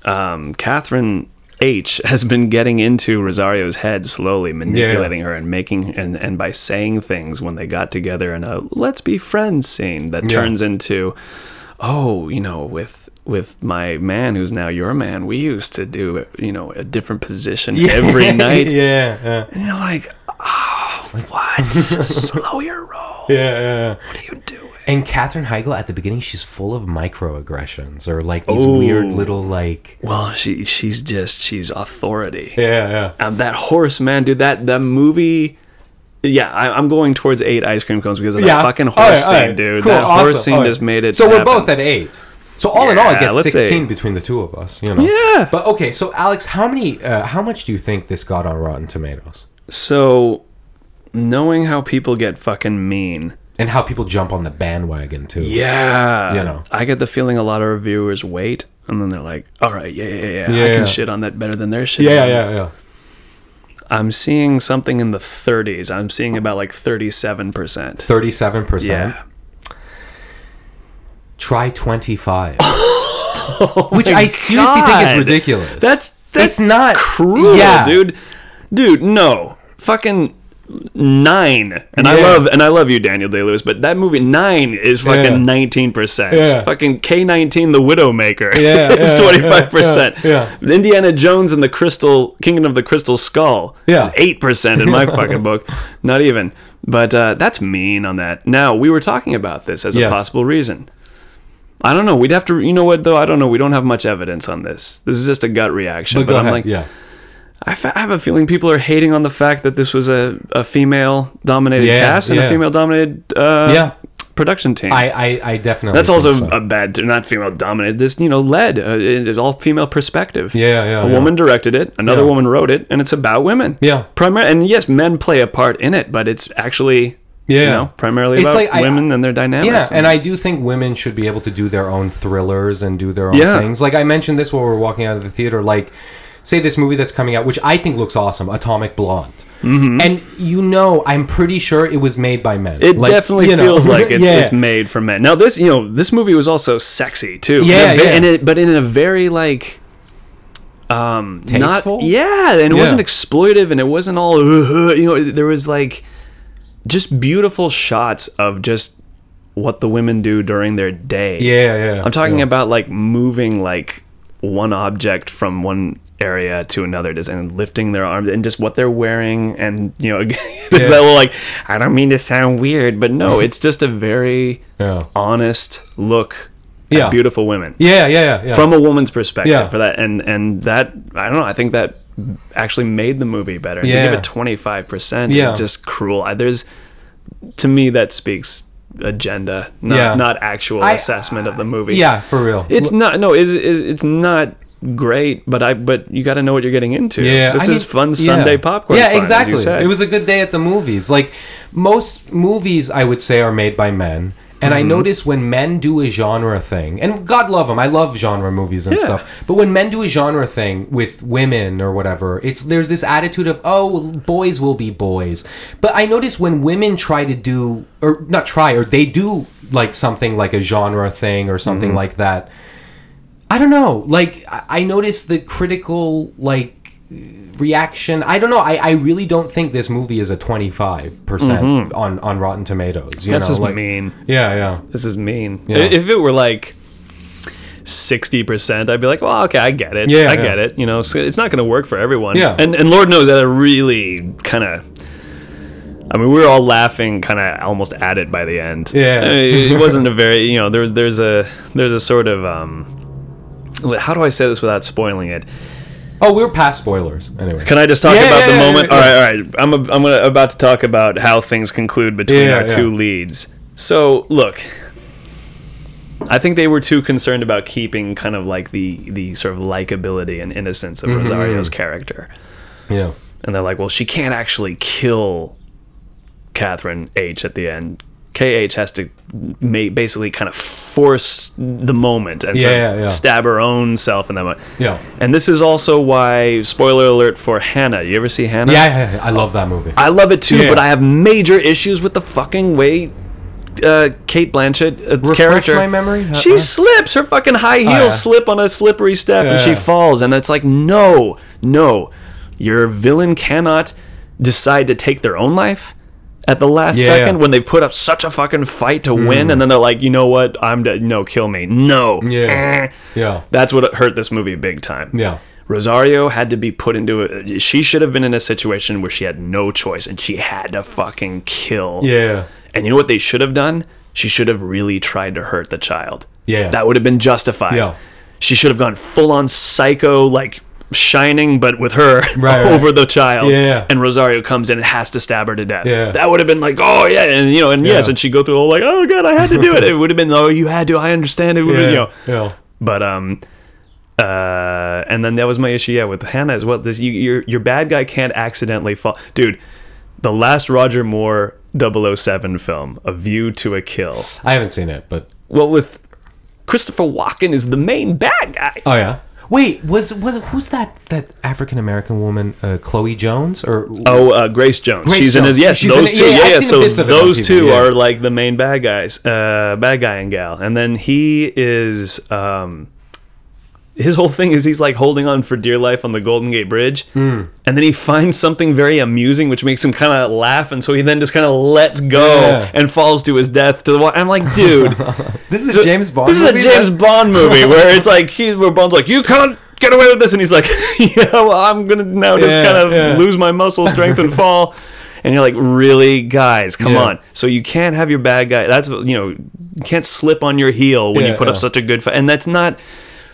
Speaker 2: um, Catherine H has been getting into Rosario's head slowly, manipulating her and making and and by saying things when they got together in a let's be friends scene that
Speaker 1: Yeah.
Speaker 2: turns into oh, you know, with with my man who's now your man, we used to do you know a different position every night.
Speaker 1: yeah, yeah,
Speaker 2: And you're like, oh, what? Slow your roll.
Speaker 1: yeah, yeah.
Speaker 2: What are you doing?
Speaker 1: And Katherine Heigl at the beginning, she's full of microaggressions or like these
Speaker 2: Ooh.
Speaker 1: weird little like.
Speaker 2: Well, she she's just she's authority.
Speaker 1: Yeah, yeah.
Speaker 2: Um, that horse, man, dude. That that movie. Yeah, I, I'm going towards eight ice cream cones because of that
Speaker 1: yeah.
Speaker 2: fucking horse
Speaker 1: All right, all
Speaker 2: scene,
Speaker 1: right.
Speaker 2: dude.
Speaker 1: Cool,
Speaker 2: that
Speaker 1: awesome,
Speaker 2: horse scene
Speaker 1: all right.
Speaker 2: just made it.
Speaker 1: So we're
Speaker 2: happen.
Speaker 1: both at eight. So all in all, it
Speaker 2: Yeah,
Speaker 1: gets
Speaker 2: let's say-
Speaker 1: sixteen between the two of us. You know.
Speaker 2: Yeah.
Speaker 1: But okay, so Alex, how many? Uh, how much do you think this got on Rotten Tomatoes?
Speaker 2: So, knowing how people get fucking mean.
Speaker 1: And how people jump on the bandwagon too?
Speaker 2: Yeah.
Speaker 1: You know.
Speaker 2: I get the feeling a lot of reviewers wait and then they're like, all right, yeah, yeah, yeah. I
Speaker 1: Yeah, yeah.
Speaker 2: can shit on that better than their shit.
Speaker 1: yeah,
Speaker 2: on it."
Speaker 1: yeah, yeah.
Speaker 2: I'm seeing something in the 30s. I'm seeing about like 37%.
Speaker 1: Thirty-seven percent.
Speaker 2: Yeah.
Speaker 1: Try twenty-five. Which I seriously think is
Speaker 2: Oh God.
Speaker 1: ridiculous.
Speaker 2: That's that's
Speaker 1: It's not-
Speaker 2: cruel,
Speaker 1: yeah.
Speaker 2: dude. Dude, no. Fucking 9. And I
Speaker 1: Yeah.
Speaker 2: love and I love you Daniel Day-Lewis, but that movie 9 is fucking
Speaker 1: Yeah.
Speaker 2: 19%.
Speaker 1: Yeah.
Speaker 2: Fucking K19 The Widowmaker
Speaker 1: Yeah,
Speaker 2: is
Speaker 1: yeah,
Speaker 2: 25%.
Speaker 1: yeah,
Speaker 2: Indiana Jones and the Crystal Kingdom of the Crystal Skull
Speaker 1: Yeah.
Speaker 2: is 8% in my fucking book. Not even. But uh, that's mean on that. Now, we were talking about this as a
Speaker 1: Yes.
Speaker 2: possible reason. I don't know. We'd have to, you know what though? I don't know. We don't have much evidence on this. This is just a gut reaction. But,
Speaker 1: Go
Speaker 2: I'm
Speaker 1: ahead,
Speaker 2: like,
Speaker 1: yeah.
Speaker 2: I, fa- I have a feeling people are hating on the fact that this was a, a female dominated
Speaker 1: Yeah,
Speaker 2: cast and a
Speaker 1: yeah.
Speaker 2: female dominated uh,
Speaker 1: Yeah.
Speaker 2: production team.
Speaker 1: I, I, I definitely.
Speaker 2: That's
Speaker 1: think
Speaker 2: also
Speaker 1: so.
Speaker 2: a bad, not female dominated. This, you know, led uh, it- it's all female perspective.
Speaker 1: Yeah, yeah,
Speaker 2: A
Speaker 1: yeah.
Speaker 2: woman directed it. Another
Speaker 1: Yeah.
Speaker 2: woman wrote it, and it's about women.
Speaker 1: Yeah.
Speaker 2: Primar- and yes, men play a part in it, but it's actually you
Speaker 1: Yeah.
Speaker 2: know primarily
Speaker 1: It's
Speaker 2: about
Speaker 1: like I-
Speaker 2: women and their dynamics.
Speaker 1: yeah, and I do think women should be able to do their own thrillers and do their own
Speaker 2: Yeah.
Speaker 1: things. Like I mentioned this while we were walking out of the theater. Like, say this movie that's coming out, which I think looks awesome, Atomic Blonde. And you know, I'm pretty sure it was made by men.
Speaker 2: Mm-hmm. It
Speaker 1: Like,
Speaker 2: definitely
Speaker 1: you know,
Speaker 2: feels like it's,
Speaker 1: yeah.
Speaker 2: it's made for men. Now this, you know, this movie was also sexy too.
Speaker 1: Yeah,
Speaker 2: In a ve-
Speaker 1: yeah.
Speaker 2: in it, but in a very like, um,
Speaker 1: Tasteful?
Speaker 2: Not, yeah, and it
Speaker 1: Yeah.
Speaker 2: wasn't exploitive, and it wasn't all. "Ugh," you know, there was like just beautiful shots of just what the women do during their day.
Speaker 1: Yeah, yeah.
Speaker 2: I'm talking
Speaker 1: yeah.
Speaker 2: about like moving like one object from one area to another just and lifting their arms and just what they're wearing and you know again, it's
Speaker 1: Yeah.
Speaker 2: that little like I don't mean to sound weird but no it's just a very
Speaker 1: Yeah.
Speaker 2: honest look
Speaker 1: Yeah.
Speaker 2: at beautiful women
Speaker 1: Yeah, yeah, yeah. yeah.
Speaker 2: from a woman's perspective
Speaker 1: Yeah.
Speaker 2: for that and and that I don't know I think that actually made the movie better to give
Speaker 1: Yeah.
Speaker 2: it 25%
Speaker 1: Yeah.
Speaker 2: is just cruel I, there's to me that speaks agenda not
Speaker 1: Yeah.
Speaker 2: not actual
Speaker 1: I-
Speaker 2: assessment of the movie
Speaker 1: yeah, for real.
Speaker 2: it's not no. It's, it's it's not great, but I but you got to know what you're getting into.
Speaker 1: Yeah,
Speaker 2: this
Speaker 1: I
Speaker 2: is
Speaker 1: mean-
Speaker 2: fun
Speaker 1: yeah.
Speaker 2: Sunday popcorn.
Speaker 1: Yeah,
Speaker 2: fun, as you
Speaker 1: exactly.
Speaker 2: said.
Speaker 1: It was a good day at the movies. Like most movies, I would say are made by men. And
Speaker 2: Mm-hmm.
Speaker 1: I notice when men do a genre thing, and God love them, I love genre movies and
Speaker 2: Yeah.
Speaker 1: stuff. But when men do a genre thing with women or whatever, it's there's this attitude of oh, well, boys will be boys. But I notice when women try to do or not try or they do like something like a genre thing or something
Speaker 2: Mm-hmm.
Speaker 1: like that. I don't know. Like I I noticed the critical like reaction. I don't know. I, I really don't think this movie is a twenty five percent on on Rotten Tomatoes. You
Speaker 2: Mm-hmm. That's
Speaker 1: know,
Speaker 2: just
Speaker 1: like,
Speaker 2: mean.
Speaker 1: Yeah, yeah,
Speaker 2: This is mean. I- If it were like sixty percent, I'd be like, well, okay, I get it.
Speaker 1: Yeah,
Speaker 2: I
Speaker 1: yeah.
Speaker 2: get it. You know, so it's not going to work for everyone.
Speaker 1: Yeah.
Speaker 2: and and Lord knows that I really kind of. I mean, we were all laughing, kind of almost at it by the end.
Speaker 1: Yeah.
Speaker 2: I mean, it wasn't a very you know there's there's a there's a sort of um, how do I say this without spoiling it?
Speaker 1: Oh, we're past spoilers anyway.
Speaker 2: Can I just talk
Speaker 1: Yeah,
Speaker 2: about
Speaker 1: yeah,
Speaker 2: the
Speaker 1: yeah,
Speaker 2: moment?
Speaker 1: yeah, yeah.
Speaker 2: All right, all right. I'm, a, I'm gonna, about to talk about how things conclude between
Speaker 1: Yeah,
Speaker 2: our
Speaker 1: yeah.
Speaker 2: two leads. So, look, I think they were too concerned about keeping kind of like the, the sort of likability and innocence of
Speaker 1: Mm-hmm.
Speaker 2: Rosario's character.
Speaker 1: Yeah,
Speaker 2: And they're like, well, she can't actually kill Catherine H at the end. KH has to ma- basically kind of force the moment and sort of
Speaker 1: Yeah, yeah.
Speaker 2: stab her own self in that moment.
Speaker 1: Yeah.
Speaker 2: And this is also why, spoiler alert for Hannah. You ever see Hannah?
Speaker 1: yeah, yeah, yeah. I love that movie.
Speaker 2: I love it too,
Speaker 1: Yeah.
Speaker 2: but I have major issues with the fucking way uh, Kate Blanchett uh,
Speaker 1: Refresh
Speaker 2: character.
Speaker 1: my memory? Uh-uh. Oh,
Speaker 2: She slips. Her fucking high heels
Speaker 1: yeah.
Speaker 2: slip on a slippery step, and she
Speaker 1: Yeah.
Speaker 2: falls. And it's like, no, no, your villain cannot decide to take their own life at the last
Speaker 1: Yeah. Mm.
Speaker 2: second when they put up such a fucking fight to win, and then they're like, you know what? I'm dead. No, kill me. No.
Speaker 1: Yeah.
Speaker 2: Eh.
Speaker 1: Yeah.
Speaker 2: That's what hurt this movie big time.
Speaker 1: Yeah.
Speaker 2: Rosario had to be put into a. She should have been in a situation where she had no choice and she had to fucking kill.
Speaker 1: Yeah.
Speaker 2: And you know what they should have done? She should have really tried to hurt the child.
Speaker 1: Yeah.
Speaker 2: That would have been justified.
Speaker 1: Yeah.
Speaker 2: She should have gone full on psycho, like shining, but with her
Speaker 1: right.
Speaker 2: over the child.
Speaker 1: Yeah.
Speaker 2: And Rosario comes in and has to stab her to death.
Speaker 1: Yeah.
Speaker 2: That would have been like, oh, yeah. And, you know, and yes.
Speaker 1: Yeah.
Speaker 2: And she'd go through all like, oh, God, I had to do it. It would have been, oh, you had to. I understand. It would have
Speaker 1: Yeah.
Speaker 2: been, you know.
Speaker 1: yeah.
Speaker 2: But um, uh, and then that was my issue. Yeah, with Hannah as well. This you, your your bad guy can't accidentally fall, dude. The last Roger Moore 007 film, A View to a Kill.
Speaker 1: I haven't seen it, but
Speaker 2: Well, with Christopher Walken is the main bad guy.
Speaker 1: oh yeah. Wait, was was who's that that African American woman, uh, Chloe Jones or
Speaker 2: Oh, uh, Grace Jones.
Speaker 1: Grace
Speaker 2: she's in his
Speaker 1: Jones.
Speaker 2: yes.
Speaker 1: She's in
Speaker 2: those
Speaker 1: it.
Speaker 2: two.
Speaker 1: Yeah,
Speaker 2: Yeah,
Speaker 1: I've
Speaker 2: yeah.
Speaker 1: seen
Speaker 2: So
Speaker 1: bits of it on
Speaker 2: those
Speaker 1: TV,
Speaker 2: two
Speaker 1: yeah.
Speaker 2: are like the main bad guys, uh, bad guy and gal. And then he is. Um, his whole thing is he's like holding on for dear life on the Golden Gate Bridge,
Speaker 1: Hmm.
Speaker 2: and then he finds something very amusing, which makes him kind of laugh, and so he then just kind of lets go
Speaker 1: Yeah.
Speaker 2: and falls to his death. To the wa- I'm like, dude,
Speaker 1: This is a James Bond.
Speaker 2: This
Speaker 1: movie?
Speaker 2: is a James Bond movie where it's like he, where Bond's like, you can't get away with this, and he's like, yeah, well, I'm gonna now just
Speaker 1: Yeah,
Speaker 2: kind of
Speaker 1: yeah.
Speaker 2: lose my muscle strength and fall. And you're like, really, guys, come
Speaker 1: Yeah.
Speaker 2: on. So you can't have your bad guy. That's you know, you can't slip on your heel when you
Speaker 1: Yeah,
Speaker 2: put up
Speaker 1: yeah.
Speaker 2: such a good fight. And that's not.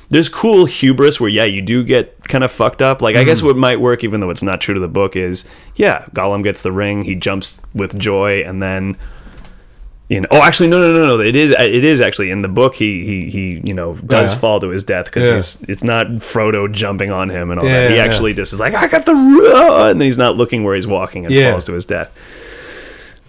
Speaker 2: There's cool hubris where yeah, you do get kind of fucked up. Like I guess
Speaker 1: Mm-hmm.
Speaker 2: what might work, even though it's not true to the book, is yeah, Gollum gets the ring, he jumps with joy, and then you know, oh, actually, no, no, no, no. It is, it is actually in the book. He, he, he, you know, does
Speaker 1: Yeah.
Speaker 2: fall to his death because
Speaker 1: Yeah.
Speaker 2: he's. It's not Frodo jumping on him and all
Speaker 1: Yeah,
Speaker 2: that. He
Speaker 1: yeah.
Speaker 2: actually just is like, I got the, ru-" and then he's not looking where he's walking and
Speaker 1: Yeah.
Speaker 2: falls to his death.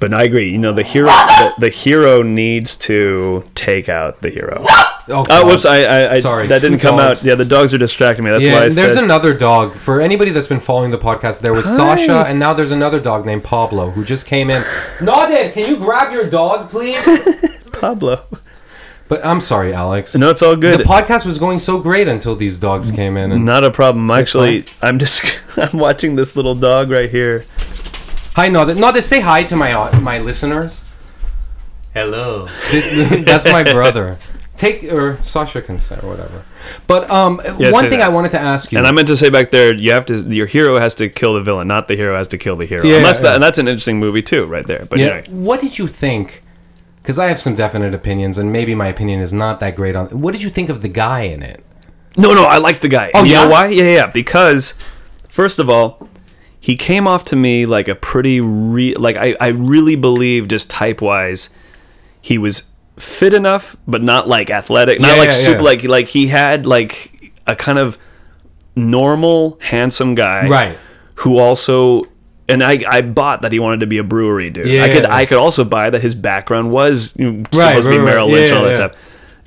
Speaker 2: But I agree. You know, the hero, the, the hero needs to take out the hero.
Speaker 1: Oh,
Speaker 2: Oh,
Speaker 1: God.
Speaker 2: whoops! I, I, I
Speaker 1: Sorry,
Speaker 2: that didn't
Speaker 1: two
Speaker 2: come
Speaker 1: dogs.
Speaker 2: out. Yeah, the dogs are distracting me. That's
Speaker 1: Yeah,
Speaker 2: why I
Speaker 1: and there's
Speaker 2: said.
Speaker 1: another dog. For anybody that's been following the podcast, there was Sasha, and now there's another dog named Pablo who just came in. Nodded, can you grab your dog, please?
Speaker 2: Pablo.
Speaker 1: but I'm sorry, Alex.
Speaker 2: No, it's all good.
Speaker 1: the podcast was going so great until these dogs came in. And
Speaker 2: Not a problem. Actually,
Speaker 1: fine.
Speaker 2: I'm just. I'm watching this little dog right here.
Speaker 1: hi, Nodded. Nodded, say hi to my au- my listeners.
Speaker 3: Hello.
Speaker 1: This- that's my brother. Take or Sasha can say or whatever. But um, one
Speaker 2: say
Speaker 1: thing
Speaker 2: that.
Speaker 1: I wanted to ask you.
Speaker 2: And I meant to say back there, you have to. Your hero has to kill the villain, not the hero has to kill the hero.
Speaker 1: Yeah,
Speaker 2: Unless that,
Speaker 1: yeah.
Speaker 2: and that's an interesting movie too, right there. But
Speaker 1: Yeah.
Speaker 2: anyway,
Speaker 1: What did you think? Because I have some definite opinions, and maybe my opinion is not that great on. What did you think of the guy in it?
Speaker 2: no, no, I like the guy.
Speaker 1: Oh,
Speaker 2: you know
Speaker 1: yeah?
Speaker 2: why? Yeah, yeah, yeah. Because first of all, he came off to me like a pretty re- like I, I really believe just type wise, he was fit enough, but not like athletic, not
Speaker 1: Yeah,
Speaker 2: like
Speaker 1: yeah,
Speaker 2: super,
Speaker 1: yeah.
Speaker 2: like like he had like a kind of normal, handsome guy,
Speaker 1: Right.
Speaker 2: Who also, and I, I bought that he wanted to be a brewery dude. I could,
Speaker 1: Yeah.
Speaker 2: I could also buy that his background was you know,
Speaker 1: Right,
Speaker 2: supposed to be
Speaker 1: right, right.
Speaker 2: Merrill Lynch,
Speaker 1: Yeah,
Speaker 2: all that
Speaker 1: yeah.
Speaker 2: stuff.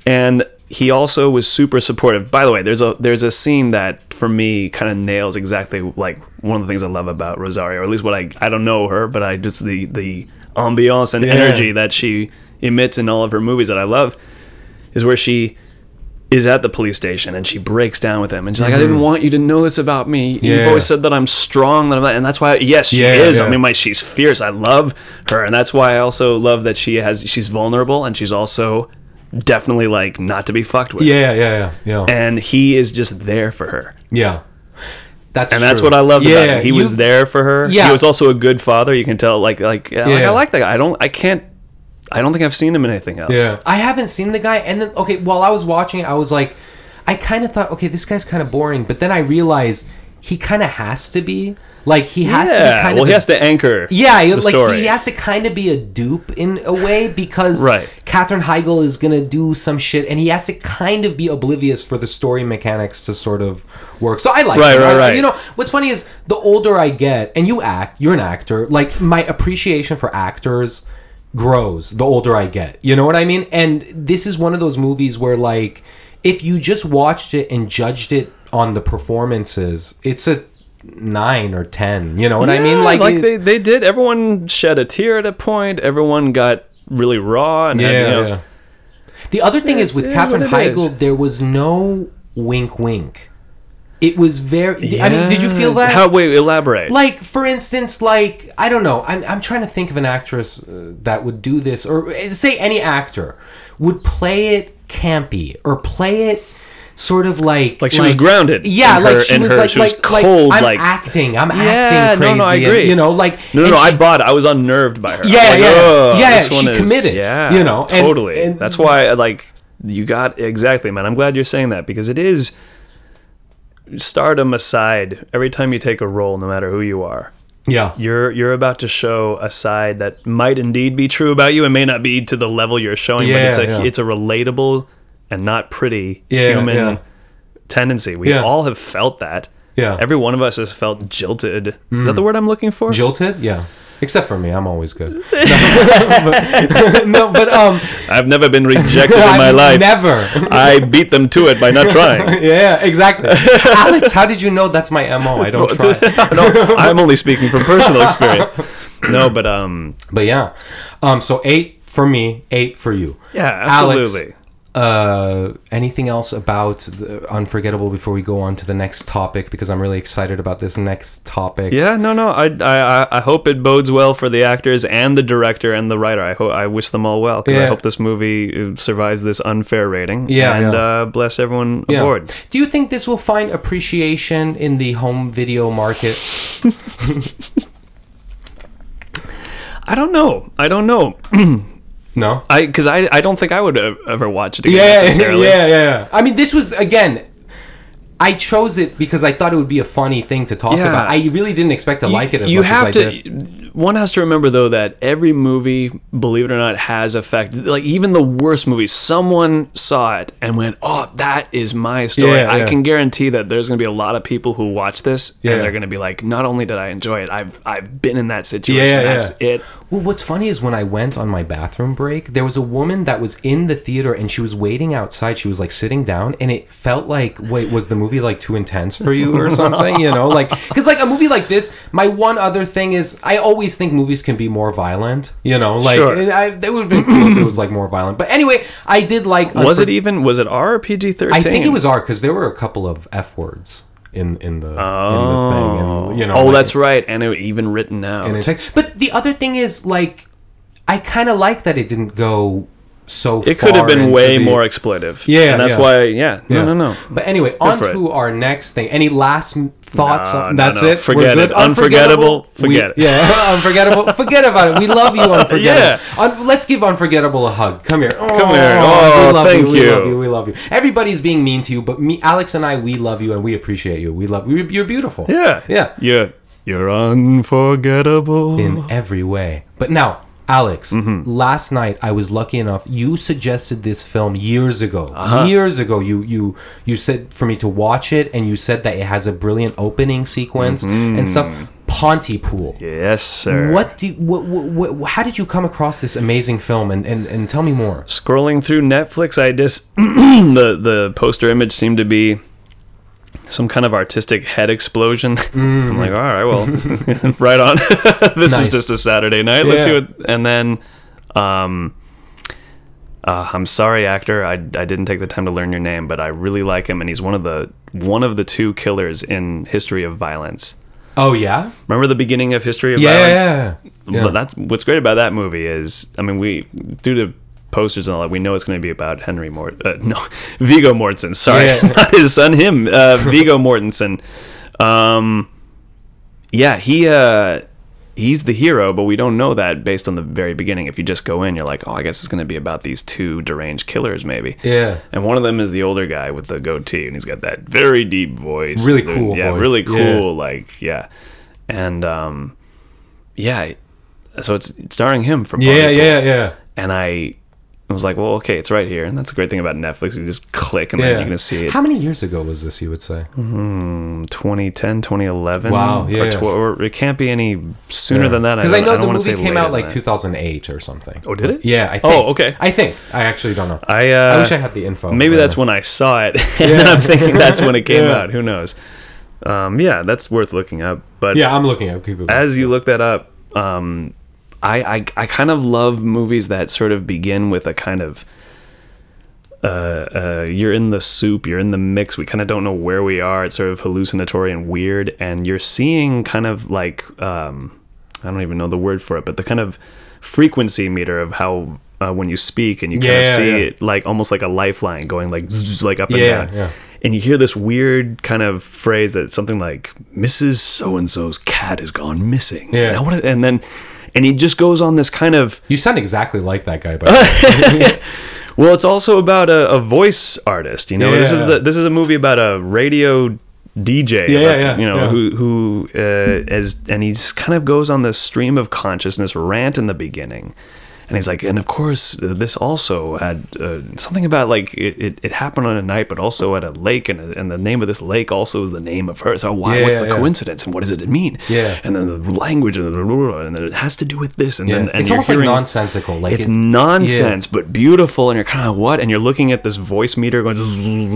Speaker 2: And he also was super supportive. By the way, there's a there's a scene that for me kind of nails exactly like one of the things I love about Rosario, or at least what I I don't know her, but I just the the ambiance and energy that she emits in all of her movies that I love is where she is at the police station and she breaks down with him and she's like, I didn't want you to know this about me. You've
Speaker 1: Mm-hmm. Yeah.
Speaker 2: always said that I'm strong, that I'm that. and that's why yes, she
Speaker 1: Yeah,
Speaker 2: is. I
Speaker 1: yeah.
Speaker 2: mean my she's fierce. I love her. And that's why I also love that she has she's vulnerable and she's also definitely like not to be fucked with.
Speaker 1: Yeah, yeah, yeah, yeah.
Speaker 2: And he is just there for her.
Speaker 1: yeah. That's
Speaker 2: And that's what I loved about him. He was there for her.
Speaker 1: Yeah.
Speaker 2: He was also a good father. You can tell like like, yeah, like,
Speaker 1: Yeah.
Speaker 2: I like that guy. I don't I can't I don't think I've seen him in anything else.
Speaker 1: Yeah, I haven't seen the guy, and then okay, while I was watching, I was like, I kind of thought, okay, this guy's kind of boring, but then I realized he kind of has to be. Like he has to be
Speaker 2: Yeah,
Speaker 1: kind
Speaker 2: well,
Speaker 1: of
Speaker 2: he
Speaker 1: the
Speaker 2: has to anchor.
Speaker 1: Yeah, he-
Speaker 2: the
Speaker 1: like
Speaker 2: story.
Speaker 1: he has to kind of be a dupe in a way because
Speaker 2: Right.
Speaker 1: Katherine Heigl is gonna do some shit, and he has to kind of be oblivious for the story mechanics to sort of work. So I like
Speaker 2: Right,
Speaker 1: him.
Speaker 2: right,
Speaker 1: I-
Speaker 2: right.
Speaker 1: You know what's funny is the older I get, and you act, you're an actor. Like my appreciation for actors grows the older I get. You know what I mean? And this is one of those movies where like if you just watched it and judged it on the performances, it's a nine or ten. You know what I mean?
Speaker 2: Yeah,
Speaker 1: Like, it-
Speaker 2: they, they did. Everyone shed a tear at a point. Everyone got really raw and had, you know,
Speaker 1: The other thing is
Speaker 2: It
Speaker 1: with
Speaker 2: is
Speaker 1: Katherine
Speaker 2: what it is.
Speaker 1: Heigl, there was no wink, wink. It was very. I mean, did you feel
Speaker 2: Yeah.
Speaker 1: that?
Speaker 2: How? Wait, elaborate.
Speaker 1: like for instance, like I don't know. I'm I'm trying to think of an actress uh, that would do this, or uh, say any actor would play it campy or play it sort of like
Speaker 2: Like she was grounded
Speaker 1: Yeah,
Speaker 2: in
Speaker 1: like
Speaker 2: her-
Speaker 1: she
Speaker 2: in
Speaker 1: was
Speaker 2: her-
Speaker 1: like
Speaker 2: she was
Speaker 1: like, like,
Speaker 2: cold,
Speaker 1: I'm
Speaker 2: like-
Speaker 1: acting. I'm
Speaker 2: Yeah,
Speaker 1: acting
Speaker 2: no,
Speaker 1: crazy.
Speaker 2: no, I
Speaker 1: and,
Speaker 2: agree.
Speaker 1: you know, like
Speaker 2: no, no,
Speaker 1: and
Speaker 2: no, I
Speaker 1: she-
Speaker 2: bought. it. I was unnerved by her.
Speaker 1: Yeah,
Speaker 2: Like,
Speaker 1: yeah,
Speaker 2: "Oh,
Speaker 1: yeah,
Speaker 2: this
Speaker 1: she
Speaker 2: one is-
Speaker 1: committed,
Speaker 2: Yeah,
Speaker 1: you know, and-
Speaker 2: totally.
Speaker 1: and-
Speaker 2: That's why, like, you got exactly, man. I'm glad you're saying that because it is stardom aside. Every time you take a role, no matter who you are,
Speaker 1: yeah.
Speaker 2: you're you're about to show a side that might indeed be true about you and may not be to the level you're showing but
Speaker 1: Yeah,
Speaker 2: it's a
Speaker 1: yeah.
Speaker 2: it's a relatable and not pretty
Speaker 1: Yeah,
Speaker 2: human
Speaker 1: yeah.
Speaker 2: tendency we
Speaker 1: Yeah.
Speaker 2: all have felt that
Speaker 1: Yeah. Mm.
Speaker 2: every one of us has felt jilted is that the word i'm looking for
Speaker 1: Jilted? Yeah. Except for me, I'm always good. No, but, no, but, um,
Speaker 2: i've never been rejected in my
Speaker 1: I've
Speaker 2: life
Speaker 1: never.
Speaker 2: i beat them to it by not trying
Speaker 1: Yeah, exactly. Alex, how did you know that's my mo? I don't try.
Speaker 2: no i'm only speaking from personal experience no but um
Speaker 1: But yeah, um, so eight for me, eight for you.
Speaker 2: yeah
Speaker 1: Alex,
Speaker 2: absolutely
Speaker 1: Uh, anything else about the unforgettable before we go on to the next topic? Because I'm really excited about this next topic.
Speaker 2: Yeah, no, no. I, I, I- I hope it bodes well for the actors and the director and the writer. I hope I wish them all well because I
Speaker 1: Yeah.
Speaker 2: hope this movie uh, survives this unfair rating.
Speaker 1: Yeah,
Speaker 2: and
Speaker 1: yeah.
Speaker 2: Uh, bless everyone
Speaker 1: Yeah.
Speaker 2: aboard.
Speaker 1: Do you think this will find appreciation in the home video market?
Speaker 2: I don't know. I don't know.
Speaker 1: No.
Speaker 2: I because I, I don't think I would e- ever watch it again
Speaker 1: yeah,
Speaker 2: necessarily.
Speaker 1: yeah, yeah. I mean, this was again. I chose it because I thought it would be a funny thing to talk
Speaker 2: Yeah.
Speaker 1: about. I really didn't expect to
Speaker 2: You-
Speaker 1: like it as
Speaker 2: you
Speaker 1: much
Speaker 2: have
Speaker 1: as I
Speaker 2: to.
Speaker 1: did.
Speaker 2: One has to remember though that every movie, believe it or not, has effect. Like even the worst movie, someone saw it and went, "Oh, that is my story."
Speaker 1: Yeah,
Speaker 2: I
Speaker 1: yeah.
Speaker 2: can guarantee that there's going to be a lot of people who watch this
Speaker 1: Yeah.
Speaker 2: and they're going to be like, "Not only did I enjoy it, I've I've been in that situation.
Speaker 1: Yeah, yeah.
Speaker 2: That's it."
Speaker 1: Well, what's funny is when I went on my bathroom break, there was a woman that was in the theater and she was waiting outside. She was like sitting down, and it felt like, wait, was the movie like too intense for you or something? You know, like because like a movie like this, my one other thing is I always think movies can be more violent. You know, like
Speaker 2: Sure.
Speaker 1: and I, it would have been cool if it was like more violent. But anyway, I did like.
Speaker 2: Was it even was it R or PG thirteen?
Speaker 1: I think it was R because there were a couple of f words in in the in the thing, and you know,
Speaker 2: oh,
Speaker 1: like-
Speaker 2: that's right, and it even written out.
Speaker 1: and it's like- but the other thing is like i kind of like that it didn't go so
Speaker 2: it could
Speaker 1: far
Speaker 2: have been
Speaker 1: into
Speaker 2: way
Speaker 1: the-
Speaker 2: more exploitive.
Speaker 1: Yeah,
Speaker 2: and that's
Speaker 1: yeah.
Speaker 2: why. Yeah, no,
Speaker 1: Yeah.
Speaker 2: no, no.
Speaker 1: but anyway
Speaker 2: for
Speaker 1: on to our next thing any last m- thoughts
Speaker 2: No,
Speaker 1: on,
Speaker 2: no,
Speaker 1: that's
Speaker 2: no.
Speaker 1: it We're
Speaker 2: Forget
Speaker 1: good?
Speaker 2: it. Unforgettable?
Speaker 1: We-
Speaker 2: Forget it.
Speaker 1: yeah unforgettable forget about it we love you unforgettable Un- let's give unforgettable a hug come here come
Speaker 2: here. Oh,
Speaker 1: we love
Speaker 2: thank
Speaker 1: you, we love
Speaker 2: you.
Speaker 1: you we love you everybody's being mean to you but me alex and i we love you and we appreciate you we love you you're beautiful
Speaker 2: Yeah.
Speaker 1: yeah
Speaker 2: Yeah. You're unforgettable.
Speaker 1: in every way. But now, Alex,
Speaker 2: Mm-hmm.
Speaker 1: last night I was lucky enough. You suggested this film years ago.
Speaker 2: Uh-huh.
Speaker 1: Years ago, you you you said for me to watch it, and you said that it has a brilliant opening sequence
Speaker 2: Mm-hmm.
Speaker 1: and stuff. Pontypool.
Speaker 2: yes, sir.
Speaker 1: What do what, what, what, how did you come across this amazing film? And and, and tell me more.
Speaker 2: Scrolling through Netflix, I just the the poster image seemed to be some kind of artistic head explosion. I'm like, all right, well, right on. this
Speaker 1: Mm-hmm. Nice.
Speaker 2: is just a Saturday night. Let's see
Speaker 1: Yeah.
Speaker 2: what. And then, um, uh, I'm sorry, actor. I, I didn't take the time to learn your name, but I really like him, and he's one of the one of the two killers in History of Violence.
Speaker 1: Oh yeah,
Speaker 2: Remember the beginning of History of Violence?
Speaker 1: yeah, yeah.
Speaker 2: But that's what's great about that movie is, I mean, we due to posters and all that, we know it's going to be about Henry Mort. Uh, no, Vigo Mortensen. Sorry,
Speaker 1: Yeah.
Speaker 2: not his son. Him, uh, Vigo Mortensen. Um, yeah, he uh, he's the hero, but we don't know that based on the very beginning. If you just go in, you're like, oh, I guess it's going to be about these two deranged killers, maybe.
Speaker 1: Yeah.
Speaker 2: And one of them is the older guy with the goatee, and he's got that very deep voice.
Speaker 1: Really
Speaker 2: The-
Speaker 1: cool
Speaker 2: Yeah,
Speaker 1: voice.
Speaker 2: really cool.
Speaker 1: Yeah.
Speaker 2: Like, yeah, and um, yeah. So it's it's starring him from
Speaker 1: yeah,
Speaker 2: Bonnie Pool.
Speaker 1: yeah, yeah.
Speaker 2: And I was like, well, okay, it's right here, and that's the great thing about Netflix. You just click, and
Speaker 1: Yeah.
Speaker 2: then you're gonna see it.
Speaker 1: How many years ago was this? You would say.
Speaker 2: 2010, 2011.
Speaker 1: Wow, yeah.
Speaker 2: Or, tw- or it can't be any sooner than that.
Speaker 1: Because I,
Speaker 2: don't-
Speaker 1: know
Speaker 2: don't
Speaker 1: the
Speaker 2: wanna
Speaker 1: movie
Speaker 2: say
Speaker 1: came
Speaker 2: later
Speaker 1: out
Speaker 2: than
Speaker 1: like
Speaker 2: that.
Speaker 1: 2008 or something.
Speaker 2: Oh, did it?
Speaker 1: Yeah, I think.
Speaker 2: Oh, okay.
Speaker 1: I think. I actually don't know.
Speaker 2: I, uh,
Speaker 1: I wish I had the info. uh,
Speaker 2: Maybe that's when I saw it, and then I'm thinking that's when it came
Speaker 1: Yeah.
Speaker 2: out. Who knows? Um, yeah, that's worth looking up. But Uh,
Speaker 1: Yeah, I'm looking at. Okay,
Speaker 2: as you look that up, um, I, I I kind of love movies that sort of begin with a kind of uh, uh, you're in the soup, you're in the mix. We kind of don't know where we are. It's sort of hallucinatory and weird, and you're seeing kind of like um, I don't even know the word for it, but the kind of frequency meter of how uh, when you speak and you kind of
Speaker 1: Yeah,
Speaker 2: see
Speaker 1: yeah.
Speaker 2: it like almost like a lifeline going like zzz, like up and
Speaker 1: Yeah,
Speaker 2: down.
Speaker 1: yeah.
Speaker 2: And you hear this weird kind of phrase that's something like Mrs. So and so's cat has gone missing.
Speaker 1: Yeah.
Speaker 2: Now what- and then and he just goes on this kind of
Speaker 1: You sound exactly like that guy, by the way.
Speaker 2: well, it's also about a, a voice artist. You know, this is
Speaker 1: Yeah.
Speaker 2: the this is a movie about a radio DJ.
Speaker 1: Yeah,
Speaker 2: that's-
Speaker 1: yeah,
Speaker 2: you know
Speaker 1: yeah.
Speaker 2: who who uh, is and he just kind of goes on this stream of consciousness rant in the beginning. And he's like, and of course, uh, this also had uh, something about like it, it, it happened on a night, but also at a lake, and, and the name of this lake also is the name of her. So why?
Speaker 1: Yeah,
Speaker 2: what's
Speaker 1: yeah,
Speaker 2: the
Speaker 1: yeah.
Speaker 2: coincidence, and what does it mean?
Speaker 1: Yeah.
Speaker 2: And then the language, and, blah, blah, blah, and then it has to do with this, and then
Speaker 1: Yeah.
Speaker 2: and
Speaker 1: it's
Speaker 2: you're
Speaker 1: almost like
Speaker 2: hearing-
Speaker 1: nonsensical. Like
Speaker 2: it's, nonsense but beautiful and you're kind of what and you're looking at this voice meter going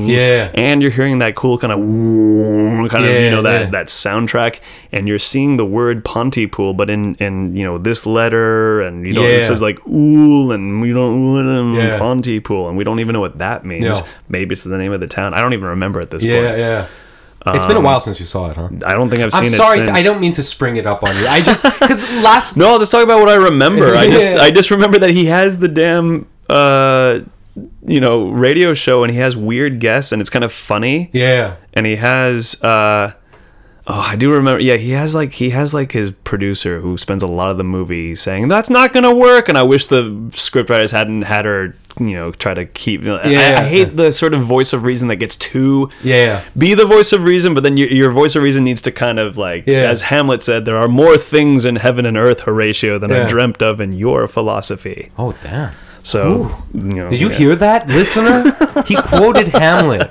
Speaker 1: Yeah.
Speaker 2: and you're hearing that cool kind of kind of
Speaker 1: Yeah,
Speaker 2: you know that
Speaker 1: yeah.
Speaker 2: that soundtrack and you're seeing the word Pontypool but in in you know this letter and you know
Speaker 1: Yeah.
Speaker 2: it says like ool and we don't ool and
Speaker 1: Yeah.
Speaker 2: Pontypool and we don't even know what that means
Speaker 1: No.
Speaker 2: maybe it's the name of the town I don't even remember at this
Speaker 1: yeah,
Speaker 2: point
Speaker 1: yeah. it's been a while since you saw it, huh?
Speaker 2: I don't think I've Um, seen
Speaker 1: I'm
Speaker 2: it
Speaker 1: sorry,
Speaker 2: since.
Speaker 1: I don't mean to spring it up on you. I just because last
Speaker 2: No, let's talk about what I remember. I just
Speaker 1: Yeah.
Speaker 2: I just remember that he has the damn uh you know radio show and he has weird guests and it's kind of funny
Speaker 1: yeah,
Speaker 2: and he has uh oh I do remember yeah he has like he has like his producer who spends a lot of the movie saying that's not gonna work and I wish the scriptwriters hadn't had her you know try to keep
Speaker 1: Yeah.
Speaker 2: I, I hate the sort of voice of reason that gets too
Speaker 1: yeah,
Speaker 2: be the voice of reason, but then your, your voice of reason needs to kind of like,
Speaker 1: Yeah.
Speaker 2: as Hamlet said, there are more things in heaven and earth, Horatio, than
Speaker 1: Yeah.
Speaker 2: I dreamt of in your philosophy.
Speaker 1: Oh damn!
Speaker 2: So, you know,
Speaker 1: Did you
Speaker 2: yeah.
Speaker 1: hear that, listener? he quoted Hamlet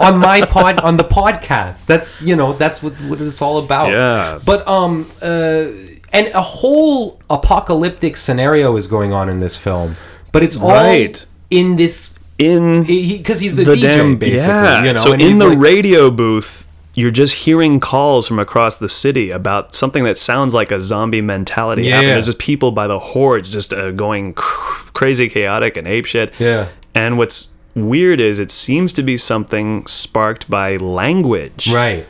Speaker 1: on my pod on the podcast. That's you know that's what what it's all about.
Speaker 2: Yeah.
Speaker 1: But um uh, and a whole apocalyptic scenario is going on in this film, but it's all
Speaker 2: Right.
Speaker 1: in this
Speaker 2: in
Speaker 1: because he's the,
Speaker 2: the,
Speaker 1: DJ
Speaker 2: damn
Speaker 1: basically.
Speaker 2: yeah?
Speaker 1: You know,
Speaker 2: so
Speaker 1: and
Speaker 2: in
Speaker 1: he's
Speaker 2: the
Speaker 1: like-
Speaker 2: radio booth. You're just hearing calls from across the city about something that sounds like a zombie mentality.
Speaker 1: Yeah.
Speaker 2: happening. There's just people by the hordes just uh, going cr- crazy, chaotic, and apeshit.
Speaker 1: Yeah.
Speaker 2: And what's weird is it seems to be something sparked by language.
Speaker 1: right.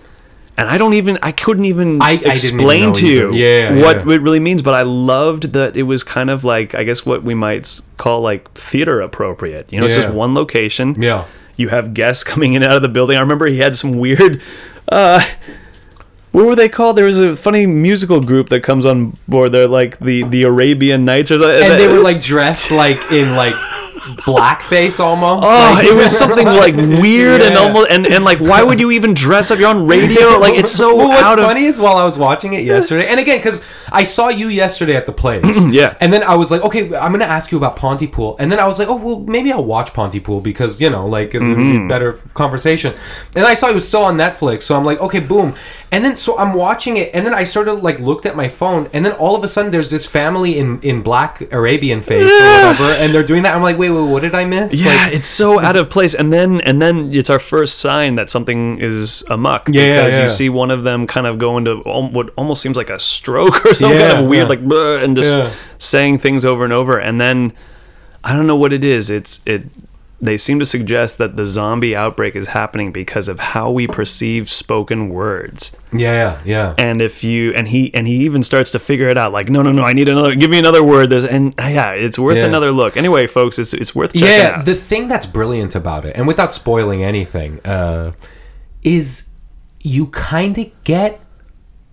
Speaker 2: and I don't even I couldn't even
Speaker 1: I- I didn't even
Speaker 2: explain
Speaker 1: know
Speaker 2: to
Speaker 1: either.
Speaker 2: you
Speaker 1: Yeah,
Speaker 2: what
Speaker 1: yeah.
Speaker 2: it really means. But I loved that it was kind of like I guess what we might s- call like theater appropriate. You know, it's
Speaker 1: Yeah.
Speaker 2: just one location.
Speaker 1: Yeah.
Speaker 2: you have guests coming in and out of the building. I remember he had some weird. Uh, what were they called? There was a funny musical group that comes on board. They're like the the Arabian Nights, or the,
Speaker 1: And they were like dressed like in like blackface almost.
Speaker 2: Oh,
Speaker 1: like-
Speaker 2: it was something like weird and
Speaker 1: Yeah.
Speaker 2: almost and, and like why would you even dress up? You're on radio, like it's so
Speaker 1: Well, what's
Speaker 2: out of
Speaker 1: funny is while I was watching it yesterday, and again, because I saw you yesterday at the place,
Speaker 2: Yeah.
Speaker 1: and then I was like, okay, I'm gonna ask you about Pontypool, and then I was like, oh well, maybe I'll watch Pontypool because you know, like, it's a
Speaker 2: Mm-hmm.
Speaker 1: better conversation. And I saw it was still on Netflix, so I'm like, okay, boom. And then so I'm watching it, and then I sort of like looked at my phone, and then all of a sudden there's this family in in black Arabian face or whatever, and they're doing that. I'm like, wait, wait, what did I miss?
Speaker 2: Yeah,
Speaker 1: Like,
Speaker 2: it's so out of place. And then and then it's our first sign that something is amok.
Speaker 1: Yeah,
Speaker 2: because
Speaker 1: yeah.
Speaker 2: you see one of them kind of go into al- what almost seems like a stroke or some
Speaker 1: Yeah,
Speaker 2: kind of weird
Speaker 1: yeah.
Speaker 2: like "Bleh," and just
Speaker 1: Yeah.
Speaker 2: saying things over and over. And then I don't know what it is. It's it. They seem to suggest that the zombie outbreak is happening because of how we perceive spoken words
Speaker 1: yeah, yeah.
Speaker 2: and if you and he and he even starts to figure it out like no no no i need another give me another word there's and yeah it's worth
Speaker 1: Yeah.
Speaker 2: another look anyway folks it's it's worth checking
Speaker 1: yeah
Speaker 2: out.
Speaker 1: the thing that's brilliant about it and without spoiling anything uh, is you kind of get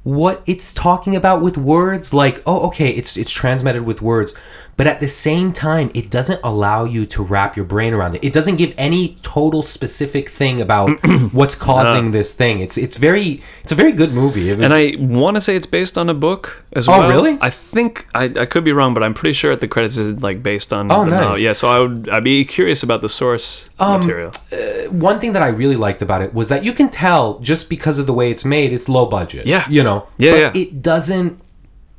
Speaker 1: what it's talking about with words like oh okay it's it's transmitted with words but at the same time it doesn't allow you to wrap your brain around it it doesn't give any total specific thing about what's
Speaker 2: Uh.
Speaker 1: causing this thing it's it's very it's a very good movie It was-
Speaker 2: and I want to say it's based on a book as
Speaker 1: Oh,
Speaker 2: well.
Speaker 1: really?
Speaker 2: I think I, I could be wrong, but I'm pretty sure at the credits it's like based on.
Speaker 1: Oh,
Speaker 2: the
Speaker 1: nice.
Speaker 2: novel. Yeah, so I would I'd be curious about the source material.
Speaker 1: one thing that I really liked about it was that you can tell just because of the way it's made, it's low budget.
Speaker 2: Yeah.
Speaker 1: You know?
Speaker 2: Yeah,
Speaker 1: But
Speaker 2: yeah.
Speaker 1: it doesn't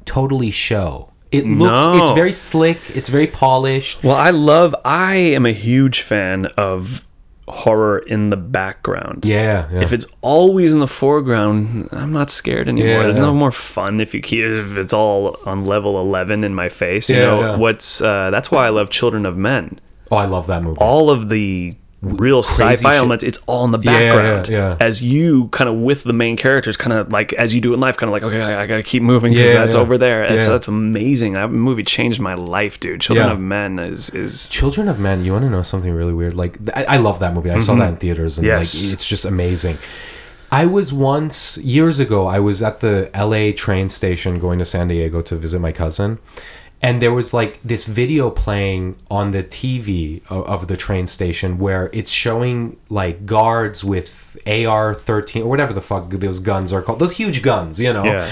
Speaker 1: totally show. It looks
Speaker 2: No.
Speaker 1: it's very slick, it's very polished.
Speaker 2: Well, I love. I am a huge fan of horror in the background.
Speaker 1: Yeah. yeah.
Speaker 2: If it's always in the foreground, I'm not scared anymore.
Speaker 1: Yeah,
Speaker 2: There's
Speaker 1: yeah.
Speaker 2: no more fun if you keep if it's all on level 11 in my face. You
Speaker 1: Yeah,
Speaker 2: know
Speaker 1: yeah.
Speaker 2: what's uh, that's why I love Children of Men.
Speaker 1: oh, I love that movie.
Speaker 2: All of the real sci-fi
Speaker 1: shit.
Speaker 2: elements, it's all in the
Speaker 1: Yeah, yeah,
Speaker 2: background.
Speaker 1: yeah.
Speaker 2: As you kind of with the main characters, kind of like as you do in life, kind of like okay, I, I got to keep moving because
Speaker 1: Yeah,
Speaker 2: that's
Speaker 1: yeah.
Speaker 2: over there. That's
Speaker 1: Yeah.
Speaker 2: that's amazing. That movie changed my life, dude. Children
Speaker 1: Yeah.
Speaker 2: of Men is is
Speaker 1: Children of Men. You want to know something really weird? Like th- I, I love that movie. I saw that in theaters, and
Speaker 2: Mm-hmm. Yes.
Speaker 1: like it's just amazing. I was once years ago. I was at the L.A. train station going to San Diego to visit my cousin, and there was like this video playing on the TV of, of the train station where it's showing like guards with AR-13 or whatever the fuck those guns are called. Those huge guns, you know.
Speaker 2: Yeah.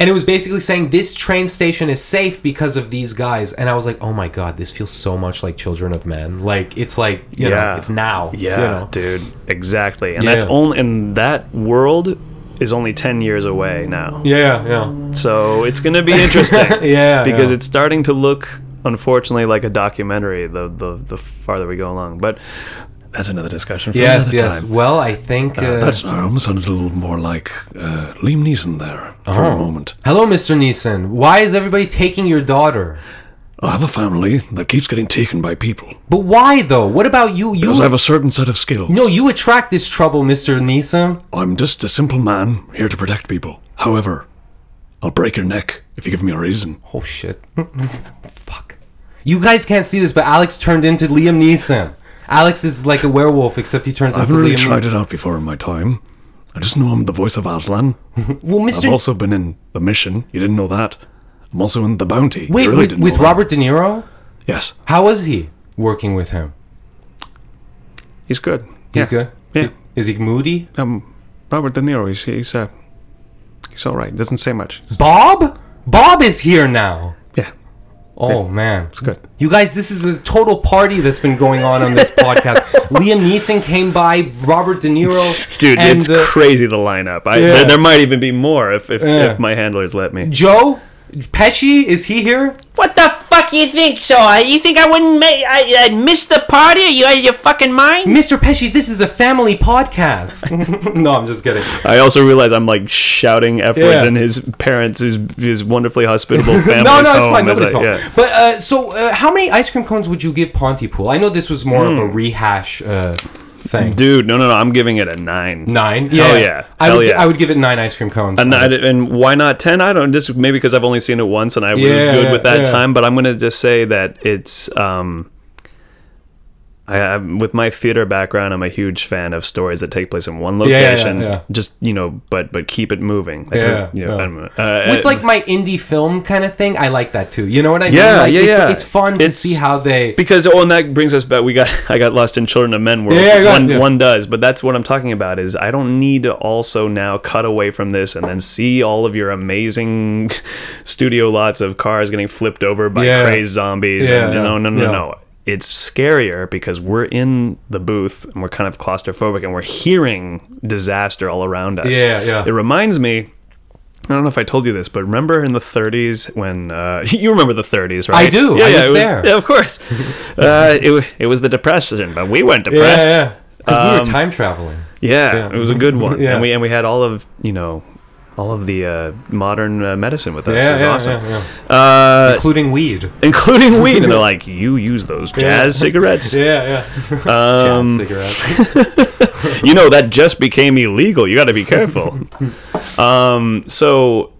Speaker 1: And it was basically saying this train station is safe because of these guys. And I was like, oh my god, this feels so much like Children of Men. Like it's like you know, it's now. you
Speaker 2: Yeah,
Speaker 1: know?
Speaker 2: dude, exactly. And
Speaker 1: Yeah.
Speaker 2: that's only and that world is only ten years away now.
Speaker 1: Yeah, yeah.
Speaker 2: So it's gonna be interesting.
Speaker 1: Yeah,
Speaker 2: because
Speaker 1: yeah.
Speaker 2: it's starting to look, unfortunately, like a documentary. The the the farther we go along, but that's another discussion. For
Speaker 1: Yes,
Speaker 2: another
Speaker 1: yes.
Speaker 2: Time.
Speaker 1: Well, I think. Uh,
Speaker 4: That's I almost sounded a little more like uh, Liam Neeson there for
Speaker 1: Oh.
Speaker 4: a moment.
Speaker 1: hello, Mr. Neeson. Why is everybody taking your daughter?
Speaker 4: I have a family that keeps getting taken by people
Speaker 1: But why though? What about you? You
Speaker 4: because I have a certain set of skills.
Speaker 1: no, you attract this trouble, Mr. Neeson.
Speaker 4: I'm just a simple man here to protect people. However, I'll break your neck if you give me a reason.
Speaker 1: Oh shit! Fuck. You guys can't see this, but Alex turned into Liam Neeson. Alex is like a werewolf, except he turns
Speaker 4: I
Speaker 1: into
Speaker 4: haven't really
Speaker 1: Liam.
Speaker 4: tried it out before in my time. I just know I'm the voice of Aslan.
Speaker 1: well,
Speaker 4: I've
Speaker 1: Mr.
Speaker 4: also been in The Mission. You didn't know that. I'm also in The Bounty. You
Speaker 1: Wait,
Speaker 4: really
Speaker 1: with,
Speaker 4: didn't
Speaker 1: with
Speaker 4: know that.
Speaker 1: Robert De Niro?
Speaker 4: Yes.
Speaker 1: How was he working with him?
Speaker 2: He's good.
Speaker 1: He's
Speaker 2: yeah.
Speaker 1: good.
Speaker 2: Yeah.
Speaker 1: Is he moody?
Speaker 2: Um, Robert De Niro. He's he's uh, he's all right. Doesn't say much.
Speaker 1: Bob? Bob is here now.
Speaker 2: Yeah,
Speaker 1: Oh man,
Speaker 2: it's good.
Speaker 1: you guys, this is a total party that's been going on on this podcast. Liam Neeson came by, Robert De Niro,
Speaker 2: Dude,
Speaker 1: and,
Speaker 2: it's
Speaker 1: uh,
Speaker 2: crazy the lineup. I,
Speaker 1: yeah.
Speaker 2: there, there might even be more if if,
Speaker 1: Yeah.
Speaker 2: if my handlers let me.
Speaker 1: Joe Pesci. Is he here?
Speaker 5: What the fuck you think, so? uh, You think I wouldn't make I, I'd miss the party? Are you out of your fucking mind?
Speaker 1: Mr. Pesci, this is a family podcast. no, I'm just kidding.
Speaker 2: I also realize I'm like shouting F words
Speaker 1: Yeah.
Speaker 2: in his parents, his, his wonderfully hospitable family's
Speaker 1: No, no, it's
Speaker 2: home
Speaker 1: fine.
Speaker 2: as
Speaker 1: Nobody's
Speaker 2: I-
Speaker 1: fault.
Speaker 2: yeah.
Speaker 1: But uh, so, uh, how many ice cream cones would you give Pontypool? I know this was more
Speaker 2: Hmm.
Speaker 1: of a rehash uh, thing.
Speaker 2: Dude, no, no, no. I'm giving it a nine.
Speaker 1: Nine.
Speaker 2: Hell yeah.
Speaker 1: I
Speaker 2: Hell
Speaker 1: would, gi-
Speaker 2: yeah.
Speaker 1: I would give it nine ice cream cones.
Speaker 2: And, I, and why not 10? I don't just maybe because I've only seen it once and I was
Speaker 1: Yeah,
Speaker 2: good with that
Speaker 1: yeah.
Speaker 2: time, but I'm going to just say that it's. um I, I, with my theater background, I'm a huge fan of stories that take place in one
Speaker 1: yeah, yeah,
Speaker 2: location.
Speaker 1: yeah.
Speaker 2: Just you know, but but keep it moving. That
Speaker 1: Yeah,
Speaker 2: doesn't- you know,
Speaker 1: yeah.
Speaker 2: I don't know. Uh,
Speaker 1: with like my indie film kind of thing, I like that too. You know what I mean?
Speaker 2: Yeah,
Speaker 1: Like,
Speaker 2: yeah,
Speaker 1: it's,
Speaker 2: yeah.
Speaker 1: It's fun to
Speaker 2: It's-
Speaker 1: see how they.
Speaker 2: because oh, and that brings us back. We got I got lost in Children of Men world.
Speaker 1: Yeah, yeah, yeah,
Speaker 2: one
Speaker 1: yeah.
Speaker 2: one does, but that's what I'm talking about. Is I don't need to also now cut away from this and then see all of your amazing studio lots of cars getting flipped over by
Speaker 1: Yeah.
Speaker 2: crazed zombies.
Speaker 1: Yeah,
Speaker 2: and,
Speaker 1: yeah,
Speaker 2: no, no, no,
Speaker 1: yeah.
Speaker 2: no. It's scarier because we're in the booth and we're kind of claustrophobic and we're hearing disaster all around us.
Speaker 1: Yeah, yeah.
Speaker 2: It reminds me. I don't know if I told you this, but remember in the 30s when uh, you remember the 30s, right?
Speaker 1: I do.
Speaker 2: Yeah,
Speaker 1: I
Speaker 2: yeah,
Speaker 1: was
Speaker 2: it was
Speaker 1: there.
Speaker 2: yeah, of course. Uh, it, wa- it was the depression, but we weren't
Speaker 1: Yeah,
Speaker 2: depressed.
Speaker 1: yeah. Um, Because we were time traveling.
Speaker 2: Yeah,
Speaker 1: Yeah.
Speaker 2: it was a good one.
Speaker 1: Yeah.
Speaker 2: And we and we had all of you know, all of the uh, modern uh, medicine with us.
Speaker 1: Yeah,
Speaker 2: it
Speaker 1: yeah,
Speaker 2: was awesome,
Speaker 1: yeah,
Speaker 2: Uh,
Speaker 1: including weed.
Speaker 2: including weed. And they're like, you use those jazz cigarettes.
Speaker 1: Yeah, yeah. Um, cigarettes.
Speaker 2: you know that just became illegal. You got to be careful. um, so.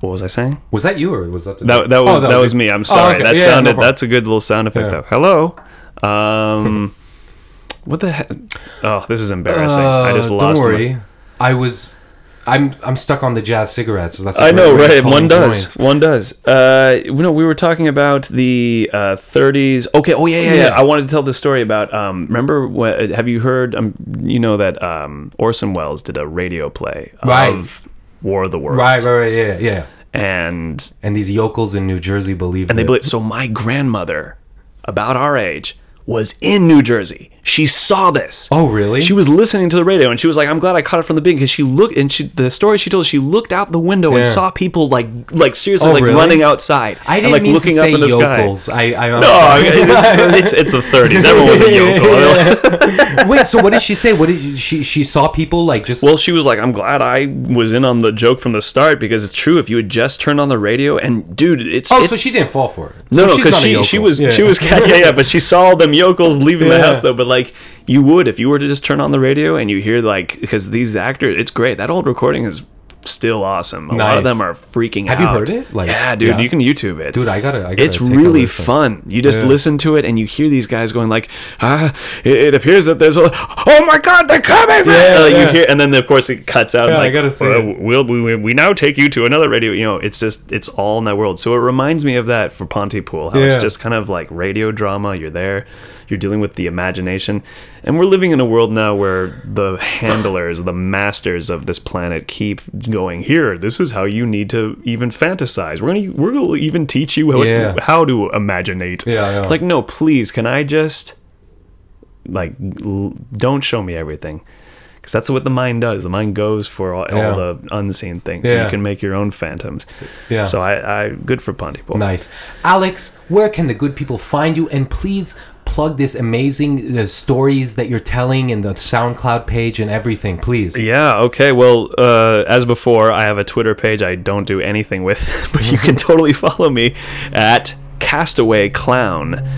Speaker 2: What was I saying?
Speaker 1: Was that you or was that the
Speaker 2: That, that was
Speaker 1: Oh,
Speaker 2: that, was,
Speaker 1: you.
Speaker 2: me. I'm
Speaker 1: Oh,
Speaker 2: sorry.
Speaker 1: okay.
Speaker 2: That
Speaker 1: Yeah, no
Speaker 2: sounded.
Speaker 1: problem.
Speaker 2: that's a good little sound effect
Speaker 1: Yeah.
Speaker 2: though. Hello. Um, what the heck? Oh, this is embarrassing. I just
Speaker 1: Uh,
Speaker 2: lost.
Speaker 1: Don't
Speaker 2: my-
Speaker 1: worry. I was. I'm I'm stuck on the jazz cigarettes. So that's a
Speaker 2: I
Speaker 1: great
Speaker 2: know,
Speaker 1: way of
Speaker 2: right?
Speaker 1: pulling
Speaker 2: One does.
Speaker 1: joints.
Speaker 2: One does. Uh, no, we were talking about the uh, 30s. Okay. Oh yeah, yeah, yeah.
Speaker 1: Yeah.
Speaker 2: I wanted to tell this story about. Um, remember? When, have you heard? Um, you know that um, Orson Welles did a radio play
Speaker 1: Right.
Speaker 2: of War of the Worlds,
Speaker 1: Right, right, right. Yeah, yeah.
Speaker 2: And
Speaker 1: And these yokels in New Jersey believe
Speaker 2: and they
Speaker 1: that-
Speaker 2: believe so my grandmother about our age was in new jersey She saw this.
Speaker 1: Oh, really?
Speaker 2: She was listening to the radio and she was like, "I'm glad I caught it from the beginning because she looked and she the story she told. She looked out the window and
Speaker 1: Yeah.
Speaker 2: saw people like like seriously
Speaker 1: Oh,
Speaker 2: like
Speaker 1: really?
Speaker 2: running outside.
Speaker 1: I
Speaker 2: and,
Speaker 1: didn't
Speaker 2: like
Speaker 1: mean
Speaker 2: looking
Speaker 1: to say
Speaker 2: up in the
Speaker 1: yokels.
Speaker 2: sky.
Speaker 1: I, I, I'm
Speaker 2: No,
Speaker 1: sorry.
Speaker 2: I- it's, it's, it's the 30s. Everyone was a yokel.
Speaker 1: Wait, so what did she say? What did you- she? She saw people like just.
Speaker 2: Well, she was like, "I'm glad I was in on the joke from the start because it's true. If you had just turned on the radio and dude, it's
Speaker 1: oh,
Speaker 2: it's,
Speaker 1: so she didn't fall for it.
Speaker 2: No,
Speaker 1: so
Speaker 2: no,
Speaker 1: she's
Speaker 2: because
Speaker 1: not a
Speaker 2: she,
Speaker 1: yokel.
Speaker 2: she was
Speaker 1: Yeah.
Speaker 2: she was yeah yeah, but she saw all them yokels leaving the
Speaker 1: Yeah.
Speaker 2: house though. But like you would if you were to just turn on the radio and you hear like because these actors, it's great. That old recording is still awesome. A lot of
Speaker 1: Nice.
Speaker 2: them are freaking out.
Speaker 1: Have you heard it? Like,
Speaker 2: yeah, dude,
Speaker 1: yeah.
Speaker 2: you can YouTube it.
Speaker 1: Dude, I gotta. I gotta
Speaker 2: it's
Speaker 1: take a
Speaker 2: really
Speaker 1: listen.
Speaker 2: fun. You just
Speaker 1: Yeah.
Speaker 2: listen to it and you hear these guys going like, ah, it, it appears that there's a, oh my god, they're coming!
Speaker 1: Yeah,
Speaker 2: Uh, You
Speaker 1: yeah.
Speaker 2: hear, and then of course it cuts out. and,
Speaker 1: Yeah, I
Speaker 2: like,
Speaker 1: gotta see
Speaker 2: "Well,
Speaker 1: it."
Speaker 2: We'll, we, we- we now take you to another radio. You know, it's just it's all in that world. So it reminds me of that for Pontypool. How it's
Speaker 1: Yeah.
Speaker 2: just kind of like radio drama. You're there, you're dealing with the imagination, and we're living in a world now where the handlers, the masters of this planet, keep going. Here, this is how you need to even fantasize. We're gonna we're gonna even teach you how,
Speaker 1: Yeah.
Speaker 2: how to imaginate.
Speaker 1: Yeah, I know.
Speaker 2: It's like no, please, can I just like l- don't show me everything because that's what the mind does the mind goes for all,
Speaker 1: Yeah.
Speaker 2: all the unseen things so
Speaker 1: Yeah.
Speaker 2: you can make your own phantoms
Speaker 1: Yeah.
Speaker 2: so i i good for pontypool
Speaker 1: Nice, Alex. Where can the good people find you? And please plug this amazing uh, stories that you're telling and the SoundCloud page and everything, please.
Speaker 2: yeah okay well uh, as before i have a twitter page i don't do anything with but you can totally follow me at castaway clown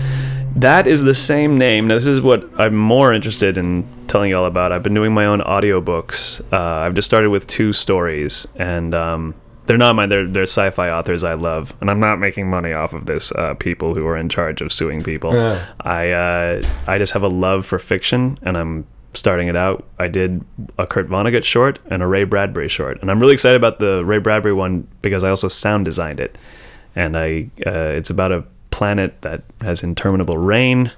Speaker 2: that is the same name now this is what i'm more interested in telling y'all about i've been doing my own audiobooks uh, i've just started with two stories and um, they're not mine they're, they're sci-fi authors i love and i'm not making money off of this uh, people who are in charge of suing people
Speaker 1: Yeah.
Speaker 2: i uh, i just have a love for fiction and i'm starting it out i did a kurt vonnegut short and a ray bradbury short and i'm really excited about the ray bradbury one because i also sound designed it and I uh, it's about a planet that has interminable rain.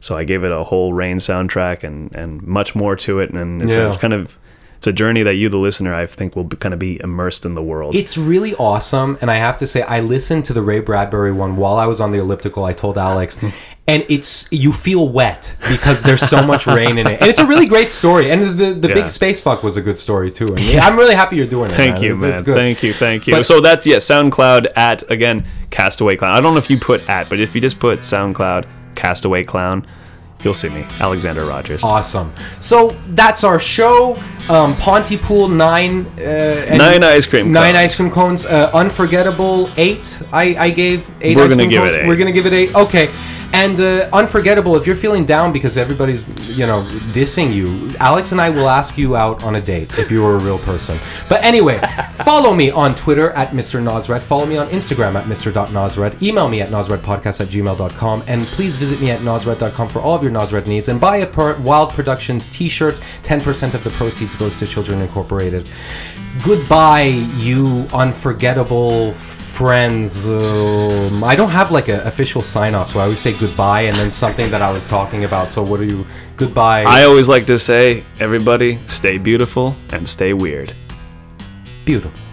Speaker 2: So I gave it a whole rain soundtrack and and much more to it, and it's
Speaker 1: Yeah.
Speaker 2: a kind of it's a journey that you, the listener, I think will be, kind of be immersed in the world.
Speaker 1: It's really awesome, and I have to say, I listened to the Ray Bradbury one while I was on the elliptical. I told Alex, and it's you feel wet because there's so much rain in it, and it's a really great story. And the the
Speaker 2: Yeah.
Speaker 1: big space fuck was a good story too. And I'm really happy you're doing it.
Speaker 2: Thank you,
Speaker 1: It's-
Speaker 2: man.
Speaker 1: it's good.
Speaker 2: Thank you, thank you.
Speaker 1: But-
Speaker 2: so that's yeah, SoundCloud at again Castaway Clown. I don't know if you put at, but if you just put SoundCloud Castaway Clown, you'll see me, Alexander Rogers.
Speaker 1: Awesome. So that's our show. Um, Pontypool nine. Uh, and-
Speaker 2: Nine ice cream
Speaker 1: Nine
Speaker 2: cones.
Speaker 1: ice cream cones. Uh, unforgettable eight. I, I gave eight.
Speaker 2: We're
Speaker 1: ice
Speaker 2: gonna
Speaker 1: cream
Speaker 2: give
Speaker 1: cones.
Speaker 2: it eight.
Speaker 1: We're gonna give it eight. Okay. And uh, unforgettable. If you're feeling down because everybody's you know dissing you, Alex and I will ask you out on a date if you were a real person. But anyway, follow me on Twitter at Mr. Nosred. Follow me on Instagram at Mr.Nosred. Email me at nosredpodcast at gmail.com. And please visit me at nosred.com for all of your Nosred needs. And buy a per- Wild Productions t shirt. 10% of the proceeds goes to Children Incorporated. Goodbye, you unforgettable friends. Um, I don't have like an official sign off, so I always say goodbye and then something that I was talking about. So, what are you? Goodbye.
Speaker 2: I always like to say, everybody, stay beautiful and stay weird.
Speaker 1: Beautiful.